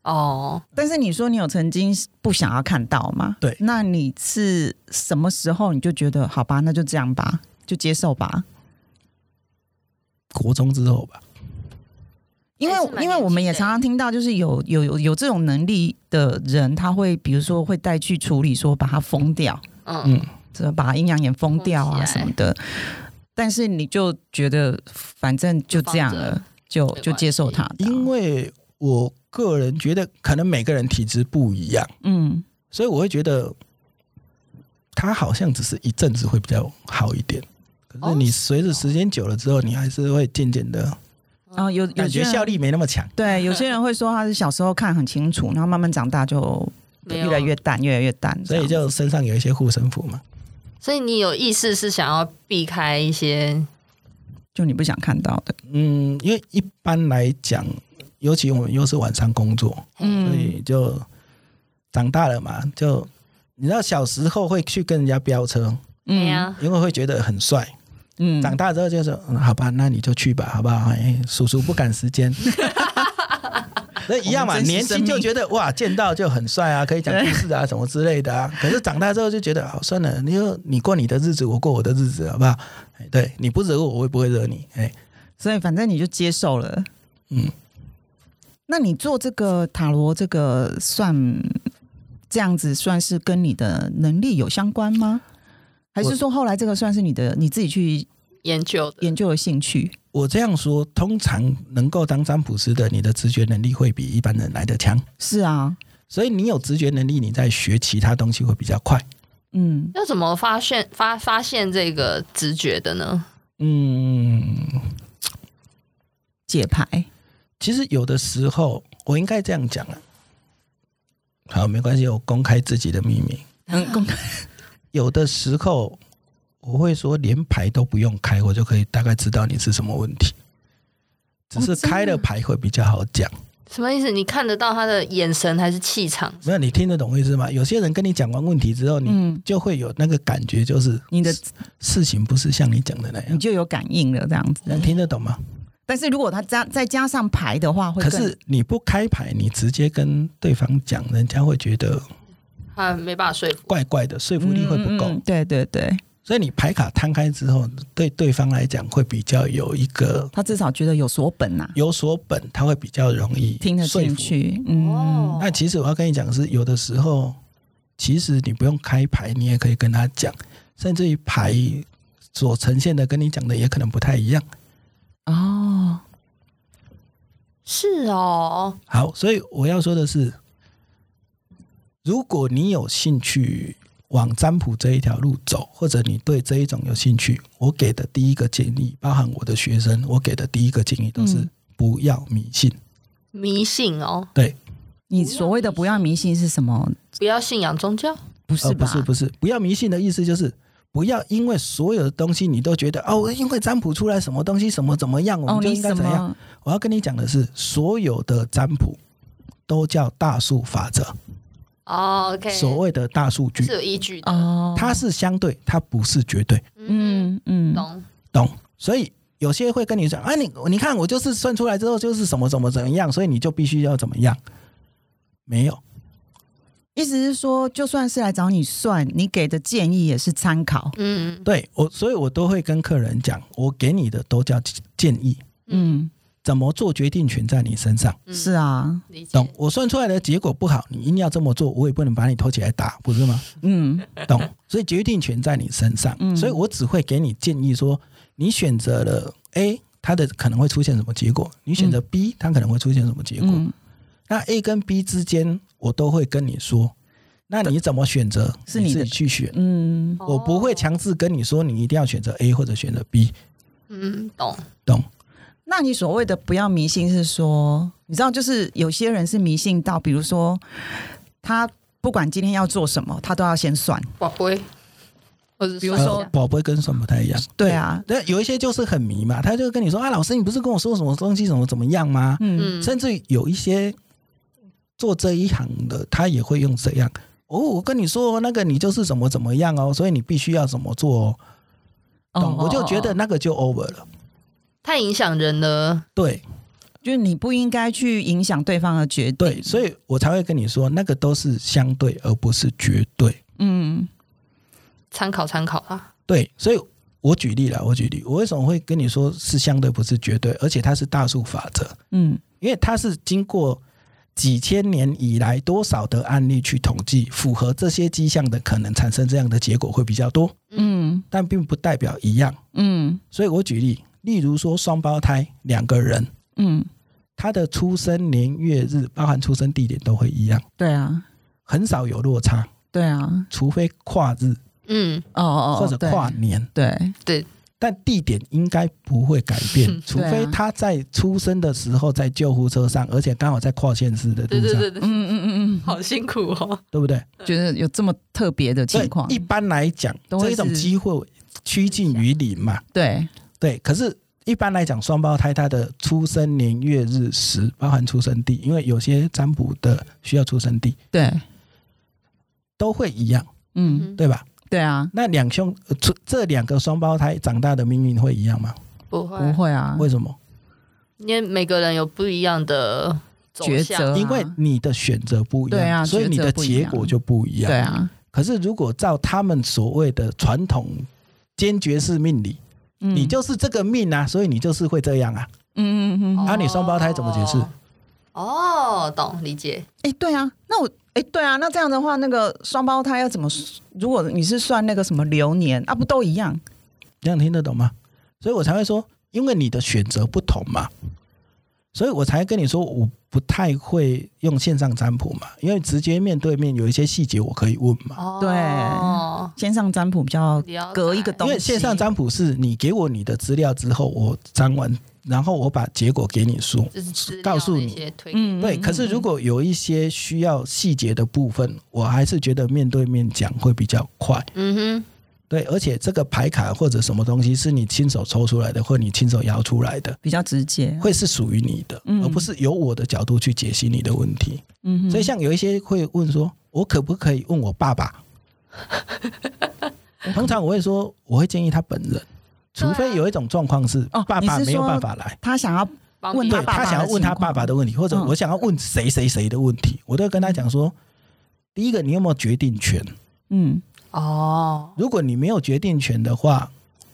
Speaker 2: 哦，
Speaker 4: 但是你说你有曾经不想要看到吗？
Speaker 3: 对
Speaker 4: 那你是什么时候你就觉得好吧，那就这样吧，就接受吧？
Speaker 3: 国中之后吧，
Speaker 4: 因为
Speaker 2: 还是蛮
Speaker 4: 因为我们也
Speaker 2: 年轻的
Speaker 4: 常常听到，就是有有有有这种能力的人，他会比如说会带去处理，说把它封掉，
Speaker 2: 嗯，
Speaker 3: 嗯，
Speaker 4: 这把阴阳眼封掉
Speaker 2: 封
Speaker 4: 啊
Speaker 2: 起来
Speaker 4: 什么的。但是你就觉得反正就这样
Speaker 2: 放
Speaker 4: 了，就
Speaker 2: 没
Speaker 4: 就
Speaker 2: 关
Speaker 4: 接受
Speaker 2: 系
Speaker 4: 它的啊。
Speaker 3: 因为我个人觉得，可能每个人体质不一样，
Speaker 4: 嗯
Speaker 3: 所以我会觉得它好像只是一阵子会比较好一点。可
Speaker 2: 哦
Speaker 3: 是你随着时间久了之后，你还是会渐渐的
Speaker 4: 然哦后有有
Speaker 3: 感
Speaker 4: 些
Speaker 3: 觉
Speaker 4: 人
Speaker 3: 效力没那么强。
Speaker 4: 对，有些人会说他是小时候看很清楚，然后慢慢长大就
Speaker 2: 没有
Speaker 4: 越来越淡，越来越淡，
Speaker 3: 所以
Speaker 4: 这样
Speaker 3: 就身上有一些护身符嘛，
Speaker 2: 所以你有意识是想要避开一些，
Speaker 4: 就你不想看到的，
Speaker 3: 嗯，因为一般来讲，尤其我们又是晚上工作，所
Speaker 4: 嗯
Speaker 3: 以就长大了嘛，就你知道小时候会去跟人家飙车，
Speaker 2: 对
Speaker 4: 嗯
Speaker 2: 呀，
Speaker 3: 因为会觉得很帅。
Speaker 4: 嗯
Speaker 3: 长大之后就是，嗯好吧，那你就去吧，好不好？哎，叔叔不赶时 间。那一样嘛，
Speaker 4: 我们珍惜
Speaker 3: 年轻
Speaker 4: 生
Speaker 3: 就
Speaker 4: 命
Speaker 3: 觉得哇，见到就很帅啊，可以讲故事啊，什么之类的啊。可是长大之后就觉得，好算了，你就你过你的日子，我过我的日子，好不好？哎，对，你不惹我，我也不会惹你。哎，
Speaker 4: 所以反正你就接受了。
Speaker 3: 嗯，
Speaker 4: 那你做这个塔罗，这个算这样子，算是跟你的能力有相关吗？还是说后来这个算是你的你自己去
Speaker 2: 研究的，
Speaker 4: 研究的兴趣？
Speaker 3: 我这样说，通常能够当占卜师的，你的直觉能力会比一般人来的强，
Speaker 4: 是啊，
Speaker 3: 所以你有直觉能力，你在学其他东西会比较快。
Speaker 4: 嗯，
Speaker 2: 要怎么发现发发现这个直觉的呢？
Speaker 3: 嗯，
Speaker 4: 解牌，
Speaker 3: 其实有的时候我应该这样讲啊。好，没关系，我公开自己的秘密。
Speaker 4: 嗯，公开，
Speaker 3: 有的时候我会说，连牌都不用开，我就可以大概知道你是什么问题。只是
Speaker 4: 哦真的
Speaker 3: 开了牌会比较好讲，
Speaker 2: 什么意思？你看得到他的眼神还是气场？
Speaker 3: 没有你听得懂我意思吗？有些人跟你讲完问题之后，你
Speaker 4: 嗯，
Speaker 3: 就会有那个感觉，就是
Speaker 4: 你的
Speaker 3: 事情不是像你讲的那
Speaker 4: 你
Speaker 3: 样。
Speaker 4: 就有感应了这样子。
Speaker 3: 能听得懂吗？
Speaker 4: 但是如果他加再加上牌的话，会
Speaker 3: 可
Speaker 4: 更
Speaker 3: 是你不开牌，你直接跟对方讲，人家会觉得
Speaker 2: 他没办法说服。
Speaker 3: 怪怪的，说服力会不够。
Speaker 4: 嗯嗯嗯对对对，
Speaker 3: 所以你牌卡摊开之后，对对方来讲会比较有一个
Speaker 4: 他至少觉得有所本呐、
Speaker 3: 有所本，他会比较容易
Speaker 4: 听得
Speaker 3: 说
Speaker 4: 进
Speaker 3: 服。
Speaker 4: 去。
Speaker 2: 哦
Speaker 4: 嗯，
Speaker 3: 那其实我要跟你讲的是，有的时候其实你不用开牌，你也可以跟他讲，甚至于牌所呈现的跟你讲的也可能不太一样。
Speaker 4: 哦，
Speaker 2: 是哦，
Speaker 3: 好，所以我要说的是，如果你有兴趣往占卜这一条路走，或者你对这一种有兴趣，我给的第一个建议，包含我的学生，我给的第一个建议都是
Speaker 4: 嗯
Speaker 3: 不要迷信。
Speaker 2: 迷信哦，
Speaker 3: 对，
Speaker 4: 你所谓的不要迷信是什么？
Speaker 2: 不要信仰宗教。
Speaker 4: 不是
Speaker 3: 呃
Speaker 4: 吧？
Speaker 3: 不是不是，不要迷信的意思就是。不要因为所有的东西你都觉得哦，因为占卜出来什么东西什么怎么样，我
Speaker 4: 哦，
Speaker 3: 们就
Speaker 4: 你
Speaker 3: 应该
Speaker 4: 什
Speaker 3: 怎样。
Speaker 4: 么？
Speaker 3: 我要跟你讲的是，所有的占卜都叫大数法则，
Speaker 2: 哦，OK，
Speaker 3: 所谓的大数据
Speaker 2: 是有依据的。
Speaker 4: 哦，
Speaker 3: 它是相对，它不是绝对，
Speaker 2: 嗯，
Speaker 4: 嗯嗯，
Speaker 2: 懂。
Speaker 3: 懂？所以有些会跟你讲，啊，你你看我就是算出来之后就是什么怎么怎么样，所以你就必须要怎么样？没有，
Speaker 4: 意思是说，就算是来找你算，你给的建议也是参考。
Speaker 2: 嗯
Speaker 3: 对我，所以我都会跟客人讲，我给你的都叫建议，
Speaker 4: 嗯，
Speaker 3: 怎么做决定权在你身上，
Speaker 2: 嗯，
Speaker 4: 是啊，
Speaker 2: 理解。
Speaker 3: 懂？我算出来的结果不好，你硬要这么做，我也不能把你拖起来打，不是吗？
Speaker 4: 嗯
Speaker 3: 懂？所以决定权在你身上，
Speaker 4: 嗯
Speaker 3: 所以我只会给你建议说，你选择了 A，它的可能会出现什么结果；你选择 B，它可能会出现什么结果。
Speaker 4: 嗯，
Speaker 3: 那 A 跟 B 之间，我都会跟你说，那你怎么选择
Speaker 4: 是你的
Speaker 3: 自己去选，
Speaker 4: 嗯，
Speaker 3: 我不会强制跟你说你一定要选择 A 或者选择 B，
Speaker 2: 嗯，懂。
Speaker 3: 懂？
Speaker 4: 那你所谓的不要迷信是说，你知道，就是有些人是迷信到，比如说他不管今天要做什么，他都要先算。
Speaker 2: 宝贝，或者
Speaker 4: 比
Speaker 2: 算
Speaker 4: 如
Speaker 2: 一
Speaker 4: 说
Speaker 2: 下
Speaker 3: 呃宝贝跟算不太一样，
Speaker 4: 对啊，
Speaker 3: 对，有一些就是很迷嘛，他就跟你说啊，老师，你不是跟我说什么东西怎么怎么样吗？
Speaker 4: 嗯
Speaker 2: 嗯，
Speaker 3: 甚至于有一些做这一行的，他也会用这样哦，我跟你说，那个你就是怎么怎么样哦，所以你必须要怎么做哦，懂？
Speaker 4: 哦
Speaker 3: 我就觉得那个就 over 了，
Speaker 2: 太影响人了。
Speaker 3: 对。
Speaker 4: 就是你不应该去影响对方的决定。
Speaker 3: 对，所以我才会跟你说，那个都是相对，而不是绝对。
Speaker 4: 嗯
Speaker 2: 参考参考啦。
Speaker 3: 对，所以我举例了，我举例，我为什么会跟你说是相对，不是绝对，而且它是大数法则？
Speaker 4: 嗯
Speaker 3: 因为它是经过几千年以来多少的案例去统计，符合这些迹象的可能产生这样的结果会比较多，
Speaker 4: 嗯
Speaker 3: 但并不代表一样。
Speaker 4: 嗯
Speaker 3: 所以我举例，例如说双胞胎两个人，
Speaker 4: 嗯，
Speaker 3: 他的出生年月日，包含出生地点都会一样，
Speaker 4: 对啊
Speaker 3: 很少有落差，
Speaker 4: 对啊，
Speaker 3: 除非跨日
Speaker 2: 嗯，
Speaker 4: 哦哦，哦
Speaker 3: 或者
Speaker 4: 对
Speaker 3: 跨年。
Speaker 4: 对
Speaker 3: 但地点应该不会改 变，除
Speaker 4: 对啊
Speaker 3: 非他在出生的时候在救护车上，而且刚好在跨县市的路
Speaker 2: 对
Speaker 3: 上，
Speaker 2: 对对对，
Speaker 4: 嗯嗯嗯
Speaker 2: 好辛苦哦。
Speaker 3: 对不对？
Speaker 4: 嗯，觉得有这么特别的
Speaker 3: 所
Speaker 4: 情
Speaker 3: 以
Speaker 4: 况，
Speaker 3: 一般来讲，
Speaker 4: 都会
Speaker 3: 这
Speaker 4: 是
Speaker 3: 种机会趋近于零嘛。
Speaker 4: 对
Speaker 3: 对，可是一般来讲，双胞胎他的出生年月日时，包含出生地，因为有些占卜的需要出生地，
Speaker 4: 对，
Speaker 3: 都会一样，
Speaker 4: 嗯
Speaker 3: 对吧？
Speaker 4: 对啊，
Speaker 3: 那两兄呃出这两个双胞胎长大的命运会一样吗？
Speaker 2: 不会
Speaker 4: 不，会啊，
Speaker 3: 为什么？
Speaker 2: 因为每个人有不一样的走
Speaker 4: 抉
Speaker 2: 向
Speaker 4: 择啊，
Speaker 3: 因为你的选择不一样，
Speaker 4: 对啊
Speaker 3: 所以你的
Speaker 4: 抉择不一样
Speaker 3: 结果就不一样。
Speaker 4: 对啊，
Speaker 3: 可是如果照他们所谓的传统坚决式命理，
Speaker 4: 嗯
Speaker 3: 你就是这个命啊，所以你就是会这样啊。
Speaker 4: 嗯嗯嗯嗯，
Speaker 3: 啊你双胞胎怎么解释？
Speaker 2: 哦，懂理解。
Speaker 4: 哎、对啊，那我哎、对啊，那这样的话，那个双胞胎要怎么？如果你是算那个什么流年啊，不都一样？
Speaker 3: 这样听得懂吗？所以我才会说，因为你的选择不同嘛，所以我才跟你说，我不太会用线上占卜嘛，因为直接面对面有一些细节我可以问嘛。
Speaker 2: 哦，
Speaker 4: 对线上占卜比较
Speaker 2: 了解
Speaker 4: 隔一个东
Speaker 3: 因
Speaker 4: 西，
Speaker 3: 为线上占卜是你给我你的资料之后，我占完，然后我把结果给你说，
Speaker 2: 就是资料
Speaker 3: 告诉
Speaker 2: 那
Speaker 3: 你
Speaker 2: 些推给
Speaker 4: 嗯，嗯，
Speaker 3: 对，可是如果有一些需要细节的部分，我还是觉得面对面讲会比较快。
Speaker 2: 嗯
Speaker 3: 对，而且这个牌卡或者什么东西是你亲手抽出来的，或你亲手摇出来的，
Speaker 4: 比较直接，
Speaker 3: 会是属于你的，
Speaker 4: 嗯
Speaker 3: 而不是由我的角度去解析你的问题。
Speaker 4: 嗯哼，
Speaker 3: 所以，像有一些会问说，我可不可以问我爸 爸？通常我会说，我会建议他本人，除非有一种状况是
Speaker 4: 哦
Speaker 3: 爸爸
Speaker 4: 你是
Speaker 3: 没有
Speaker 4: 说
Speaker 3: 办法来。
Speaker 4: 他想要
Speaker 2: 哼，
Speaker 4: 问
Speaker 3: 对
Speaker 4: 他爸爸
Speaker 3: 他想要
Speaker 4: 的
Speaker 3: 问他
Speaker 4: 情
Speaker 3: 爸爸
Speaker 4: 况
Speaker 3: 的问题，或者
Speaker 4: 嗯
Speaker 3: 我想要问谁谁谁的问题，我都会跟他讲说：第一个，你有没有决定权？
Speaker 4: 嗯
Speaker 2: 哦，
Speaker 3: 如果你没有决定权的话，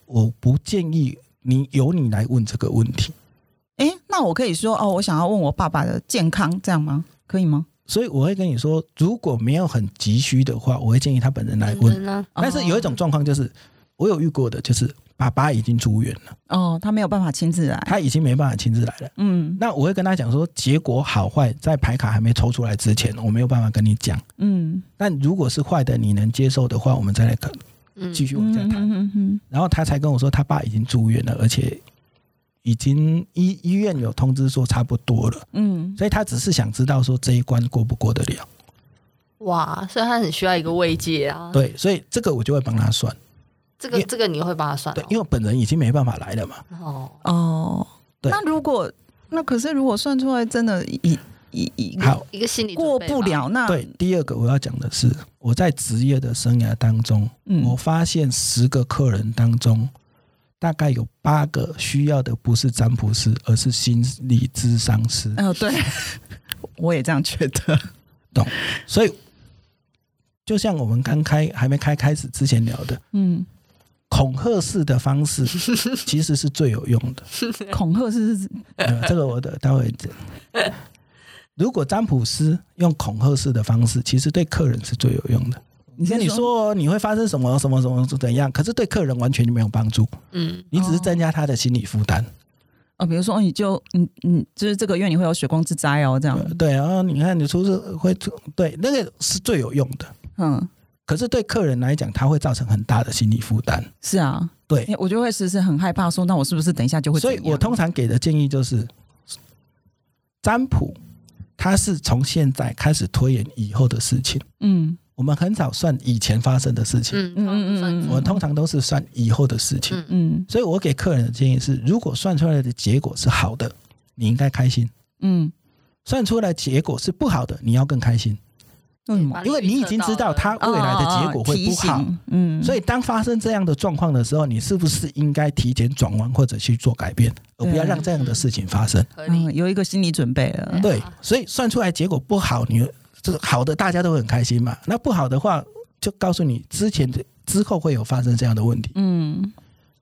Speaker 3: 我不建议你由你来问这个问题。
Speaker 4: 哎、那我可以说哦，我想要问我爸爸的健康，这样吗？可以吗？
Speaker 3: 所以我会跟你说，如果没有很急需的话，我会建议他本人来问。
Speaker 2: 真的呢
Speaker 4: 哦
Speaker 3: 但是有一种状况就是，我有遇过的，就是爸爸已经住院了，
Speaker 4: 哦，他没有办法亲自来，
Speaker 3: 他已经没办法亲自来了。
Speaker 4: 嗯
Speaker 3: 那我会跟他讲说，结果好坏在牌卡还没抽出来之前，我没有办法跟你讲。
Speaker 4: 嗯，
Speaker 3: 但如果是坏的，你能接受的话，我们再来看，
Speaker 2: 嗯
Speaker 3: 继续往
Speaker 4: 嗯
Speaker 3: 下
Speaker 4: 嗯
Speaker 3: 谈。
Speaker 4: 嗯嗯
Speaker 3: 然后他才跟我说，他爸已经住院了，而且已经医医院有通知说差不多了，
Speaker 4: 嗯，
Speaker 3: 所以他只是想知道说这一关过不过得了。
Speaker 2: 哇，所以他很需要一个慰藉啊。
Speaker 4: 哦
Speaker 3: 对，所以这个我就会帮他算，
Speaker 2: 这个
Speaker 3: 因为
Speaker 2: 这个你会帮他算哦
Speaker 3: 对，因为我本人已经没办法来了嘛。
Speaker 2: 哦，
Speaker 4: 哦，
Speaker 3: 对
Speaker 4: 那如果那可是如果算出来真的一一一个
Speaker 3: 好，
Speaker 2: 一个心理准
Speaker 4: 过
Speaker 2: 备
Speaker 4: 不
Speaker 2: 吧。
Speaker 4: 了，那
Speaker 3: 对，第二个我要讲的是，我在职业的生涯当中，
Speaker 4: 嗯
Speaker 3: 我发现十个客人当中，大概有八个需要的不是占卜师，而是心理咨商师。
Speaker 4: 哦，对， 我也这样觉 得。
Speaker 3: 所以，就像我们刚开还没开开始之前聊的，
Speaker 4: 嗯，
Speaker 3: 恐吓式的方 式其实是最有用的。
Speaker 4: 恐吓是是
Speaker 3: 呃这个我的待会讲。如果占卜师用恐吓式的方式，其实对客人是最有用的。
Speaker 4: 你
Speaker 3: 跟你
Speaker 4: 先
Speaker 3: 说哦你会发生什么什么什么怎样，可是对客人完全没有帮助，
Speaker 2: 嗯，
Speaker 3: 你只是增加他的心理负担。
Speaker 4: 哦，比如说哦你就你你就是这个月你会有血光之灾哦，这样
Speaker 3: 呃，对，然后你看你出事会出，对，那个是最有用的。
Speaker 4: 嗯，
Speaker 3: 可是对客人来讲，他会造成很大的心理负担。
Speaker 4: 是啊，
Speaker 3: 对，
Speaker 4: 我就会时时很害怕说，那我是不是等一下就会怎
Speaker 3: 所
Speaker 4: 样？
Speaker 3: 以我通常给的建议就是，占卜它是从现在开始推演以后的事情，
Speaker 4: 嗯
Speaker 3: 我们很少算以前发生的事情，
Speaker 2: 嗯
Speaker 4: 嗯
Speaker 2: 嗯嗯
Speaker 4: 嗯嗯
Speaker 3: 我们通常都是算以后的事情。
Speaker 2: 嗯
Speaker 4: 嗯
Speaker 3: 所以我给客人的建议是，如果算出来的结果是好的，你应该开心；
Speaker 4: 嗯，
Speaker 3: 算出来结果是不好的，你要更开心，
Speaker 4: 为什么？
Speaker 2: 把
Speaker 3: 嗯因为你已经知道它未来的结果会不好。
Speaker 4: 哦，哦哦提醒嗯，
Speaker 3: 所
Speaker 4: 以
Speaker 3: 以，当发生这样的状况的时候，你是不是应该提前转弯或者去做改变，而不要让这样的事情发生？
Speaker 2: 合理
Speaker 4: 嗯，有一个心理准备了，
Speaker 3: 对
Speaker 2: 啊，
Speaker 3: 所以算出来结果不好，你就是好的，大家都会很开心嘛。那不好的话，就告诉你之前的之后会有发生这样的问题，
Speaker 4: 嗯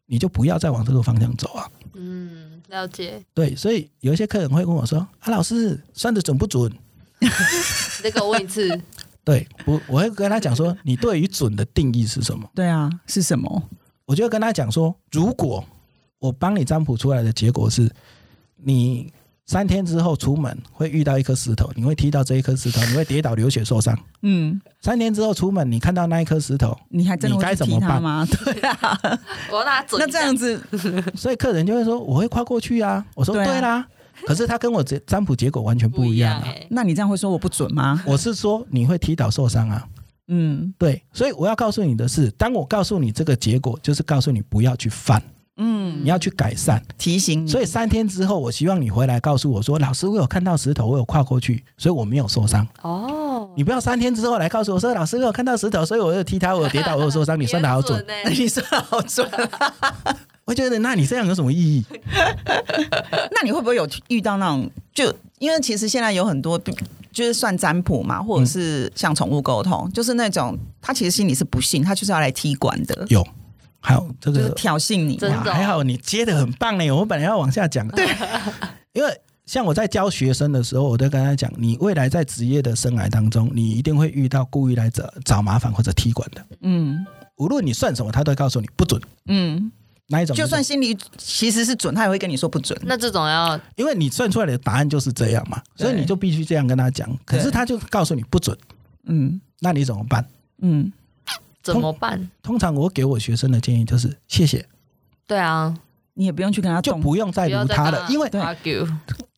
Speaker 3: 你就不要再往这个方向走啊。
Speaker 2: 嗯，了解。
Speaker 3: 对，所以有一些客人会跟我说：“啊，老师算的准不准
Speaker 2: 这个我问一次，？”
Speaker 3: 对，我我会跟他讲说，你对于准的定义是什么？
Speaker 4: 对啊，是什么？
Speaker 3: 我就会跟他讲说，如果我帮你占卜出来的结果是，你三天之后出门会遇到一颗石头，你会踢到这一颗石头，你会跌倒流血受伤。
Speaker 4: 嗯，
Speaker 3: 三天之后出门，你看到那一颗石头，
Speaker 4: 你还真的
Speaker 3: 你该
Speaker 4: 会去
Speaker 3: 怎
Speaker 4: 踢
Speaker 3: 么
Speaker 4: 他
Speaker 3: 办
Speaker 4: 吗？对啊，
Speaker 2: 我要拿准一
Speaker 4: 那
Speaker 2: 下。
Speaker 4: 这样子，
Speaker 3: 所以客人就会说我会跨过去啊。我说
Speaker 4: 对
Speaker 3: 对,、
Speaker 4: 啊
Speaker 3: 啦，可是他跟我这占卜结果完全不一样啊。
Speaker 2: 欸
Speaker 4: 那你这样会说我不准吗？
Speaker 3: 我是说你会踢倒受伤啊。
Speaker 4: 嗯
Speaker 3: 对，所以我要告诉你的是，当我告诉你这个结果，就是告诉你不要去犯，
Speaker 4: 嗯，
Speaker 3: 你要去改善。
Speaker 4: 提醒你，
Speaker 3: 所以三天之后，我希望你回来告诉我说，老师，我有看到石头，我有跨过去，所以我没有受伤。
Speaker 2: 哦，
Speaker 3: 你不要三天之后来告诉我说，老师，我有看到石头，所以我有踢他，我有跌倒，我有受伤。你算 的好准，
Speaker 2: 欸
Speaker 4: 你说好准，
Speaker 3: 我觉得那你这样有什么意义？
Speaker 4: 那你会不会有遇到那种就因为其实现在有很多就是算占卜嘛，或者是像宠物沟通，就是那种他其实心里是不信，他就是要来踢馆的，
Speaker 3: 有，还有这
Speaker 4: 就是
Speaker 3: 个
Speaker 4: 挑衅你
Speaker 2: 真
Speaker 4: 嘛。
Speaker 2: 的哦
Speaker 3: 还好你接的很棒呢，我本来要往下讲，对， 因为像我在教学生的时候，我都跟他讲，你未来在职业的生涯当中，你一定会遇到故意来找找麻烦或者踢馆的，
Speaker 4: 嗯
Speaker 3: 无论你算什么，他都会告诉你不准
Speaker 4: 嗯，
Speaker 3: 那一种，
Speaker 4: 就算心里其实是准，他也会跟你说不准。
Speaker 2: 那这种要
Speaker 3: 因为你算出来的答案就是这样嘛，
Speaker 4: 对
Speaker 3: 所以你就必须这样跟他讲，可是他就告诉你不准，
Speaker 4: 嗯
Speaker 3: 那你怎么办？
Speaker 4: 嗯，
Speaker 2: 怎么办？
Speaker 3: 通常我给我学生的建议就是谢谢，
Speaker 2: 对啊，
Speaker 4: 你也不用去跟他
Speaker 3: 就
Speaker 4: 动，
Speaker 3: 不用再
Speaker 2: 不要
Speaker 3: 如
Speaker 2: 再
Speaker 3: 他
Speaker 2: 跟
Speaker 3: 了，因为
Speaker 2: argue，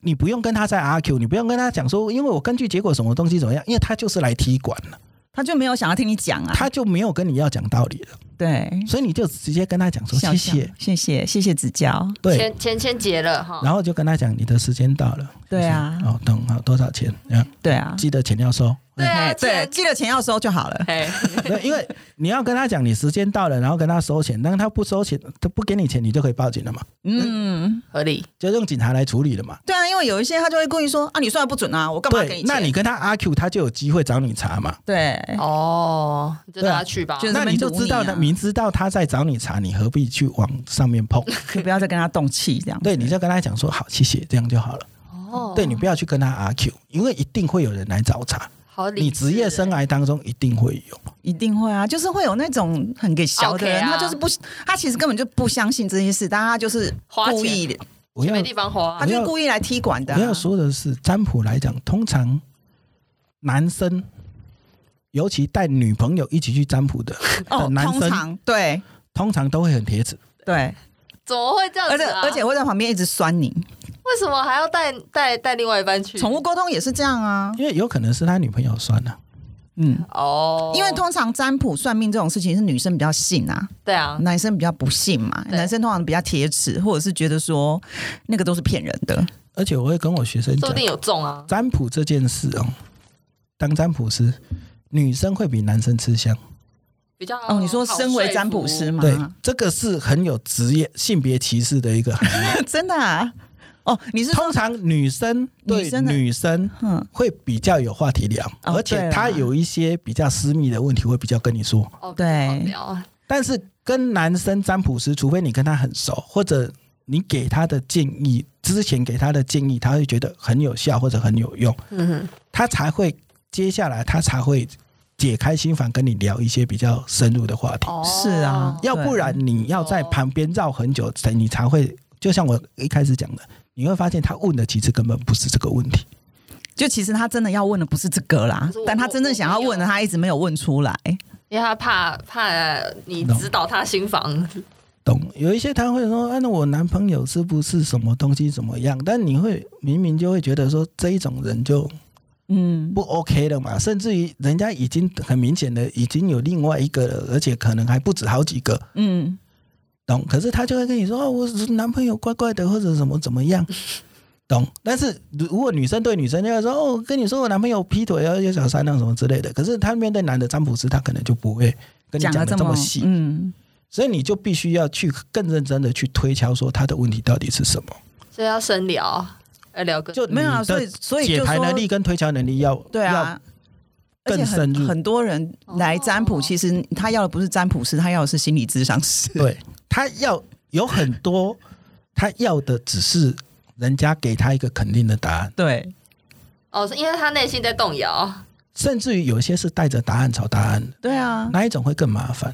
Speaker 3: 你不用跟他在 argue，你不用跟他讲说，因为我根据结果什么东西怎么样，因为他就是来踢馆了。
Speaker 4: 他就没有想要听你讲啊。
Speaker 3: 他就没有跟你要讲道理了，
Speaker 4: 对，
Speaker 3: 所以你就直接跟他讲说
Speaker 4: 笑
Speaker 3: 谢
Speaker 4: 笑
Speaker 3: 谢，
Speaker 4: 谢谢谢谢指教。
Speaker 3: 对，
Speaker 2: 钱钱先结了哈，
Speaker 3: 然后就跟他讲你的时间到了，
Speaker 4: 对啊
Speaker 3: 谢谢哦，等好多少钱，嗯，
Speaker 4: 对啊，
Speaker 3: 记得钱要 收，
Speaker 2: 对啊，
Speaker 4: 哎对，
Speaker 2: 钱
Speaker 4: 记得钱要收就好了。
Speaker 2: 哎，
Speaker 3: 对，因为你要跟他讲你时间到了，然后跟他收钱，但他不收钱，他不给你钱，你就可以报警了嘛，
Speaker 4: 嗯，
Speaker 2: 合理。
Speaker 3: 就用警察来处理了嘛。
Speaker 4: 对啊，因为有一些他就会故意说啊，你算的不准啊，我干嘛给
Speaker 3: 对
Speaker 4: 你，钱？
Speaker 3: 那你跟他 argue，他就有机会找你查嘛。
Speaker 4: 对，
Speaker 2: 哦，你就
Speaker 3: 对啊
Speaker 2: 拿去吧。
Speaker 4: 就在
Speaker 3: 那
Speaker 4: 那边
Speaker 3: 你就
Speaker 4: 堵你
Speaker 3: 知道
Speaker 4: 啊
Speaker 3: 他明知道他在找你查，你何必去往上面碰？
Speaker 4: 就不要再跟他动气这样。
Speaker 3: 对，你就跟他讲说好，谢谢，这样就好了。
Speaker 2: 哦，
Speaker 3: 对你不要去跟他 argue，因为一定会有人来找茬。
Speaker 2: 好理智欸，
Speaker 3: 你职业生涯当中一定会有，
Speaker 4: 一定会啊，就是会有那种很给小的人
Speaker 2: OK 啊
Speaker 4: 他就是不，他其实根本就不相信这件事，但他就是
Speaker 2: 花钱
Speaker 4: 故意的，
Speaker 3: 我要
Speaker 2: 没地方花啊，
Speaker 4: 他就是故意来踢馆的、
Speaker 3: 我要
Speaker 4: 啊。
Speaker 3: 说的是，占卜来讲，通常男生，尤其带女朋友一起去占卜 的，
Speaker 4: 哦，
Speaker 3: 男
Speaker 4: 通
Speaker 3: 生
Speaker 4: 常对
Speaker 3: 通常都会很铁齿。
Speaker 4: 对，
Speaker 2: 怎么会这样
Speaker 4: 而
Speaker 2: 子
Speaker 4: 且
Speaker 2: 啊？
Speaker 4: 而且会在旁边一直酸你。
Speaker 2: 为什么还要带带带另外一半去？
Speaker 4: 宠物沟通也是这样啊，
Speaker 3: 因为有可能是他女朋友算了、
Speaker 4: 嗯，
Speaker 2: 哦，
Speaker 4: 因为通常占卜、算命这种事情是女生比较信啊，
Speaker 2: 对啊，
Speaker 4: 男生比较不信嘛，
Speaker 2: 对
Speaker 4: 男生通常比较铁齿，或者是觉得说那个都是骗人的。
Speaker 3: 而且我会跟我学生
Speaker 2: 说
Speaker 3: 讲
Speaker 2: 不定，有中啊。
Speaker 3: 占卜这件事哦，当占卜师，女生会比男生吃香。
Speaker 2: 比较
Speaker 4: 哦，你说
Speaker 2: 好
Speaker 4: 身为
Speaker 2: 说
Speaker 4: 占卜
Speaker 2: 服
Speaker 4: 师吗？
Speaker 3: 对，这个是很有职业性别歧视的一个行业。
Speaker 4: 真的啊？哦，你是说
Speaker 3: 通常女生对
Speaker 4: 女生的
Speaker 3: 女生
Speaker 4: 嗯
Speaker 3: 会比较有话题聊，而
Speaker 4: 哦对
Speaker 3: 且
Speaker 4: 啦
Speaker 3: 他有一些比较私密的问题会比较跟你说。
Speaker 2: 哦，
Speaker 4: 对
Speaker 2: 好聊
Speaker 3: 但是跟男生占卜师，除非你跟他很熟，或者你给他的建议，之前给他的建议，他会觉得很有效或者很有用，
Speaker 2: 嗯哼，
Speaker 3: 他才会接下来他才会解开心房，跟你聊一些比较深入的话题。
Speaker 2: 哦，
Speaker 4: 是啊
Speaker 3: 要不然你要在旁边绕很久，才你才会，就像我一开始讲的，你会发现他问的其实根本不是这个问题。
Speaker 4: 就其实他真的要问的不是这个啦
Speaker 2: 可是我，
Speaker 4: 但他真正想要问的，
Speaker 2: 我
Speaker 4: 他一直没有问出来。
Speaker 2: 因为他怕怕你指导他新房，
Speaker 3: 懂，有一些他会说：“啊，那我男朋友是不是什么东西怎么样？”但你会明明就会觉得说这一种人就
Speaker 4: 嗯，
Speaker 3: 不 OK 了嘛，甚至于人家已经很明显的已经有另外一个了，而且可能还不止好几个，
Speaker 4: 嗯，
Speaker 3: 懂？可是他就会跟你说：“哦，我男朋友怪怪的，或者什么怎么 样。”懂，但是如如果女生对女生就会说：“哦，我跟你说我男朋友劈腿啊，有小三啊什么之类的。”可是他面对男的占卜师，他可能就不会跟你
Speaker 4: 讲
Speaker 3: 讲
Speaker 4: 的
Speaker 3: 的
Speaker 4: 这
Speaker 3: 这
Speaker 4: 么
Speaker 3: 么细，
Speaker 4: 嗯，
Speaker 3: 所以你就必须要去更认真的去推敲说他的问题到底是什么。
Speaker 2: 所以要深聊，要聊个
Speaker 3: 就
Speaker 4: 没有啊
Speaker 3: 你的
Speaker 4: 所以所以
Speaker 3: 解
Speaker 4: 就
Speaker 3: 牌
Speaker 4: 说
Speaker 3: 能力跟推敲能力要
Speaker 4: 对啊。而
Speaker 3: 更
Speaker 4: 且
Speaker 3: 深入
Speaker 4: 很很多人来占卜，
Speaker 2: 哦
Speaker 4: 其实他要的不是占卜师，他要的是心理咨商师。
Speaker 3: 要对他要有很多他要的只是人家给他一个肯定的答案，
Speaker 4: 对，
Speaker 2: 哦，是因为他内心在动摇，
Speaker 3: 甚至于有些是带着答案找答案的，
Speaker 4: 对啊，
Speaker 3: 那一种会更麻烦。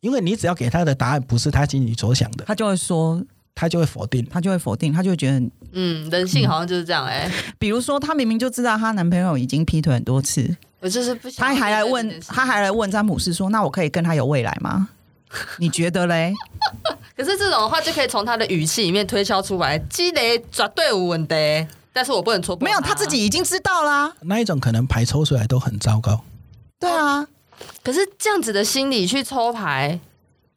Speaker 3: 因为你只要给他的答案不是他心里所想的，
Speaker 4: 他就会说，
Speaker 3: 他就会否定。
Speaker 4: 他就会否定，他就会觉得你，
Speaker 2: 嗯，人性好像就是这样哎、
Speaker 4: 比如说，她明明就知道她男朋友已经劈腿很多次，
Speaker 2: 我就是不想。
Speaker 4: 她还来问，她还来问詹姆斯说：“那我可以跟他有未来吗？”你觉得嘞？
Speaker 2: 可是这种的话就可以从他的语气里面推敲出来，积累绝对无问题，但是我 不能啊戳破。
Speaker 4: 没有，他自。己已经知道啦。
Speaker 3: 那一种可能牌抽出来都很糟糕，
Speaker 4: 对
Speaker 2: 哦
Speaker 4: 啊，
Speaker 2: 可是这样子的心理去抽牌，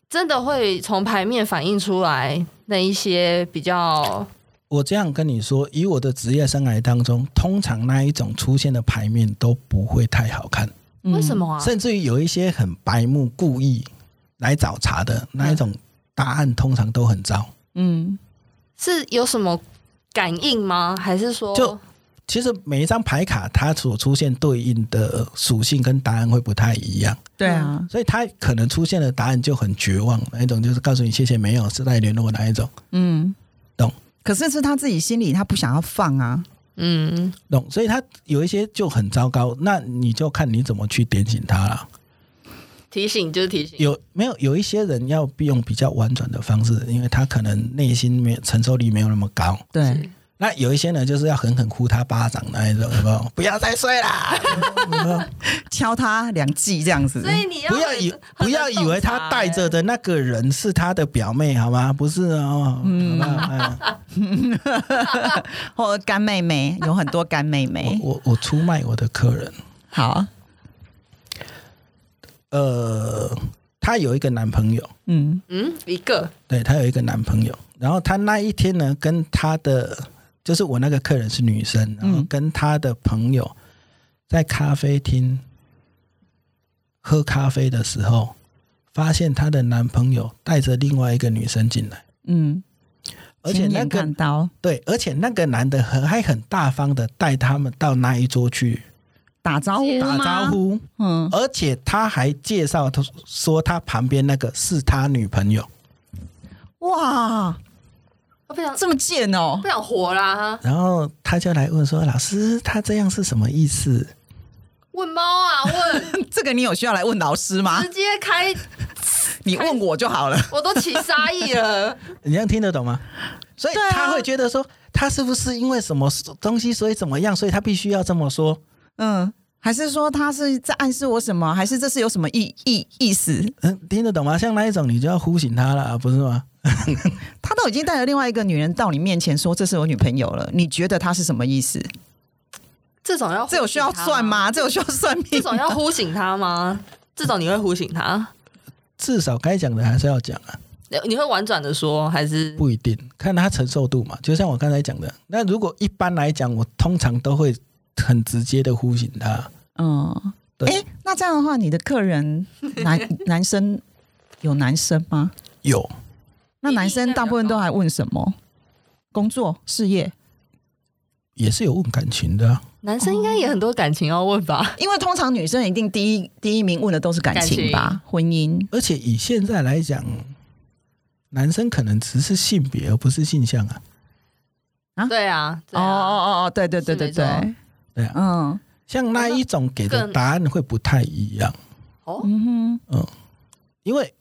Speaker 2: 真的会从牌面反映出来那一些比较
Speaker 3: 我这样跟你说，以我的职业生涯当中，通常那一种出现的牌面都不会太好看，
Speaker 4: 嗯
Speaker 2: 为什么啊？
Speaker 3: 甚至于有一些很白目、故意来找茬的那一种答案，通常都很糟。
Speaker 4: 嗯，
Speaker 2: 是有什么感应吗？还是说
Speaker 3: 就其实每一张牌卡它所出现对应的属性跟答案会不太一样，
Speaker 4: 对啊，
Speaker 3: 所以它可能出现的答案就很绝望，那一种就是告诉你谢谢没有，是来联络哪一种。
Speaker 4: 嗯，
Speaker 3: 懂。
Speaker 4: 可是是他自己心里他不想要放啊。
Speaker 2: 嗯，
Speaker 3: 懂，所以他有一些就很糟糕，那你就看你怎么去点醒他了。
Speaker 2: 提醒就是提醒？
Speaker 3: 有没有有一些人要用比较婉转的方式，因为他可能内心没有承受力没有那么高。
Speaker 4: 对，
Speaker 3: 那有一些人就是要狠狠呼他巴掌那一种，有没有？不要再睡啦！有没有
Speaker 4: 敲他两记这样子。
Speaker 2: 所以你要
Speaker 3: 不要以不要以为他带
Speaker 2: 欸
Speaker 3: 着的那个人是他的表妹，好吗？不是哦，嗯，哎
Speaker 4: 或者干 妹妹有很多干妹妹。
Speaker 3: 哎我我我出卖我的客人，啊
Speaker 4: 好，
Speaker 3: 呃，她有一个男朋友，
Speaker 4: 嗯
Speaker 2: 嗯一个
Speaker 3: 对她有一个男朋友，然后她那一天呢，跟她的就是我那个客人是女生，然后跟她的朋友在咖啡厅喝咖啡的时候，发现她的男朋友带着另外一个女生进来，
Speaker 4: 嗯，
Speaker 3: 而且
Speaker 4: 亲
Speaker 3: 那
Speaker 4: 眼
Speaker 3: 个
Speaker 4: 看到
Speaker 3: 对，而且那个男的很还很大方的带他们到那一桌去
Speaker 4: 打招呼
Speaker 3: 打
Speaker 4: 吗
Speaker 3: 招，呼，
Speaker 4: 嗯，
Speaker 3: 而且他还介绍他说他旁边那个是他女朋友，
Speaker 4: 哇，
Speaker 2: 我不想
Speaker 4: 这么贱哦
Speaker 2: 不！想活啦，
Speaker 3: 然后他就来问说老师他这样是什么意思？
Speaker 2: 问猫啊问。
Speaker 4: 这个你有需要来问老师吗
Speaker 2: 直？接开，
Speaker 4: 你问我就好了。
Speaker 2: 我都起杀意了。
Speaker 3: 你这样听得懂吗？所以
Speaker 4: 对啊
Speaker 3: 他会觉得说他是不是因为什么东西所以怎么样，所以他必须要这么说。
Speaker 4: 嗯，还是说他是在暗示我什么？还是这是有什么意意意思？
Speaker 3: 嗯，听得懂吗？像那一种你就要呼醒他了，啊不是吗？
Speaker 4: 他都已经带了另外一个女人到你面前说这是我女朋友了，你觉得他是什么意思？
Speaker 2: 哦这种要
Speaker 4: 这有需要算？吗？这有需要算命吗？
Speaker 2: 哦这种要呼醒他吗？这种你会呼醒他？
Speaker 3: 至少该讲的还是要讲啊。
Speaker 2: 你你会婉转的说，还是
Speaker 3: 不一定，看他承受度嘛。就像我刚才讲的，那如果一般来讲，我通常都会很直接的呼醒他。
Speaker 4: 嗯，
Speaker 3: 对
Speaker 4: 诶，那这样的话，你的客人 男男生有男生吗？
Speaker 3: 有，
Speaker 4: 那男生大部分都还问什么？工作、事业，
Speaker 3: 也是有问感情的啊、
Speaker 2: 男生应该也很多感情要问吧？
Speaker 4: 因为通常女生一定第一第一名问的都是感情吧，
Speaker 2: 感
Speaker 4: 婚姻。
Speaker 3: 而且以现在来讲，男生可能只是性别而不是性向啊。
Speaker 2: 对啊，对啊
Speaker 4: 哦哦哦哦，对对对对
Speaker 2: 是没
Speaker 4: 对，
Speaker 3: 对啊，
Speaker 4: 嗯
Speaker 3: 像那一种给的
Speaker 2: 更
Speaker 3: 答案会不太一样，
Speaker 2: 哦，
Speaker 4: 嗯
Speaker 3: 嗯，因为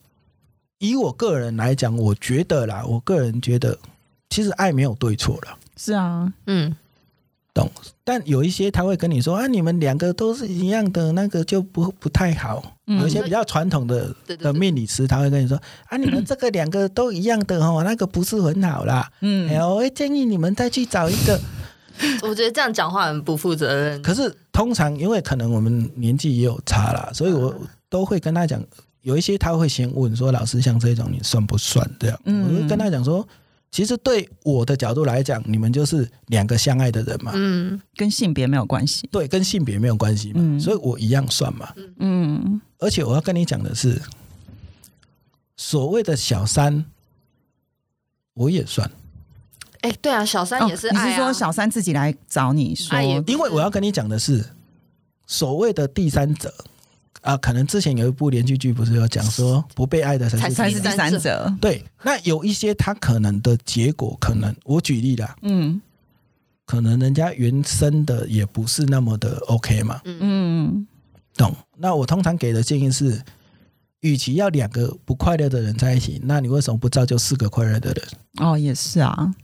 Speaker 3: 以我个人来讲，我觉得啦，我个人觉得，其实爱没有对错啦。
Speaker 4: 哼，是啊，
Speaker 2: 嗯，
Speaker 3: 懂。但有一些他会跟你说啊，你们两个都是一样的，那个就不不太好。
Speaker 4: 嗯
Speaker 3: 有一些比较传统的
Speaker 2: 对对对
Speaker 3: 的命理师，他会跟你说啊，你们这个两个都一样的哦，那个不是很好啦。
Speaker 4: 嗯
Speaker 3: 哎、呀，我会建议你们再去找一个。
Speaker 2: 我觉得这样讲话很不负责
Speaker 4: 嗯
Speaker 2: 任。
Speaker 3: 可是通常因为可能我们年纪也有差啦，所以
Speaker 4: 啊
Speaker 3: 我都会跟他讲，有一些他会先问说，老师像这种你算不算这样？
Speaker 4: 嗯
Speaker 3: 我就跟他讲说，其实对我的角度来讲，你们就是两个相爱的人嘛。
Speaker 2: 嗯，
Speaker 4: 跟性别没有关系。
Speaker 3: 对，跟性别没有关系嘛，
Speaker 4: 嗯
Speaker 3: 所以我一样算嘛。
Speaker 4: 嗯，
Speaker 3: 而且我要跟你讲的是，所谓的小三，我也算，
Speaker 2: 哎，对啊，小三也是
Speaker 4: 哦你
Speaker 2: 爱
Speaker 4: 是
Speaker 2: 啊
Speaker 4: 说小三自己来找你说
Speaker 2: 爱也
Speaker 3: 因为我要跟你讲的是，所谓的第三者，啊，可能之前有一部连续剧不是有讲说不被爱的才是
Speaker 4: 才
Speaker 2: 第
Speaker 4: 是第
Speaker 2: 三
Speaker 4: 三
Speaker 2: 者
Speaker 4: 者。
Speaker 3: 对，那有一些他可能的结果，可能我举例啦，
Speaker 4: 嗯
Speaker 3: 可能人家原生的也不是那么的 OK 嘛，
Speaker 4: 嗯，
Speaker 3: 懂？那我通常给的建议是，与其要两个不快乐的人在一起，那你为什么不造就四个快乐的人？
Speaker 4: 哦，也是啊，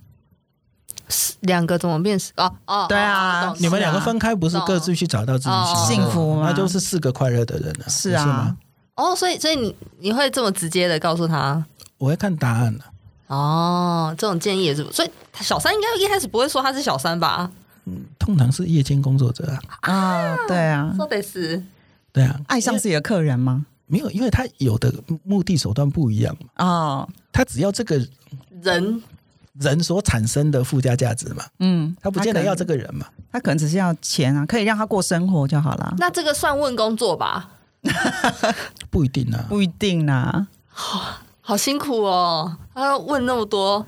Speaker 2: 两个怎么变十？哦哦，
Speaker 4: 对啊
Speaker 2: 哦懂
Speaker 3: 你们两个
Speaker 4: 是啊
Speaker 3: 分开不是
Speaker 2: 懂
Speaker 3: 各自去找到自己喜欢的
Speaker 2: 幸
Speaker 4: 福吗
Speaker 3: 那就是四个快乐的人了、
Speaker 4: 是
Speaker 3: 不
Speaker 4: 啊
Speaker 3: 吗
Speaker 2: 哦，所以所以你你会这么直接的告诉他
Speaker 3: 我会看答案的、啊
Speaker 2: 哦，这种建议也是，所以小三应该一开始不会说他是小三吧？
Speaker 3: 通常是夜间工作者啊，
Speaker 4: 啊，对啊，
Speaker 2: 说得是
Speaker 3: 对啊，
Speaker 4: 爱上自己的客人吗？
Speaker 3: 没有，因为他有的目的手段不一样嘛，
Speaker 4: 哦，
Speaker 3: 他只要这个
Speaker 2: 人
Speaker 3: 人所产生的附加价值嘛，
Speaker 4: 嗯，
Speaker 3: 他不见得要这
Speaker 4: 个，
Speaker 3: 个人嘛，
Speaker 4: 他可能只是要钱啊，可以让他过生活就好啦。
Speaker 2: 那这个算问工作吧？
Speaker 3: 不一定啊。
Speaker 4: 不一定啦，
Speaker 2: 好辛苦哦，他要问那么多，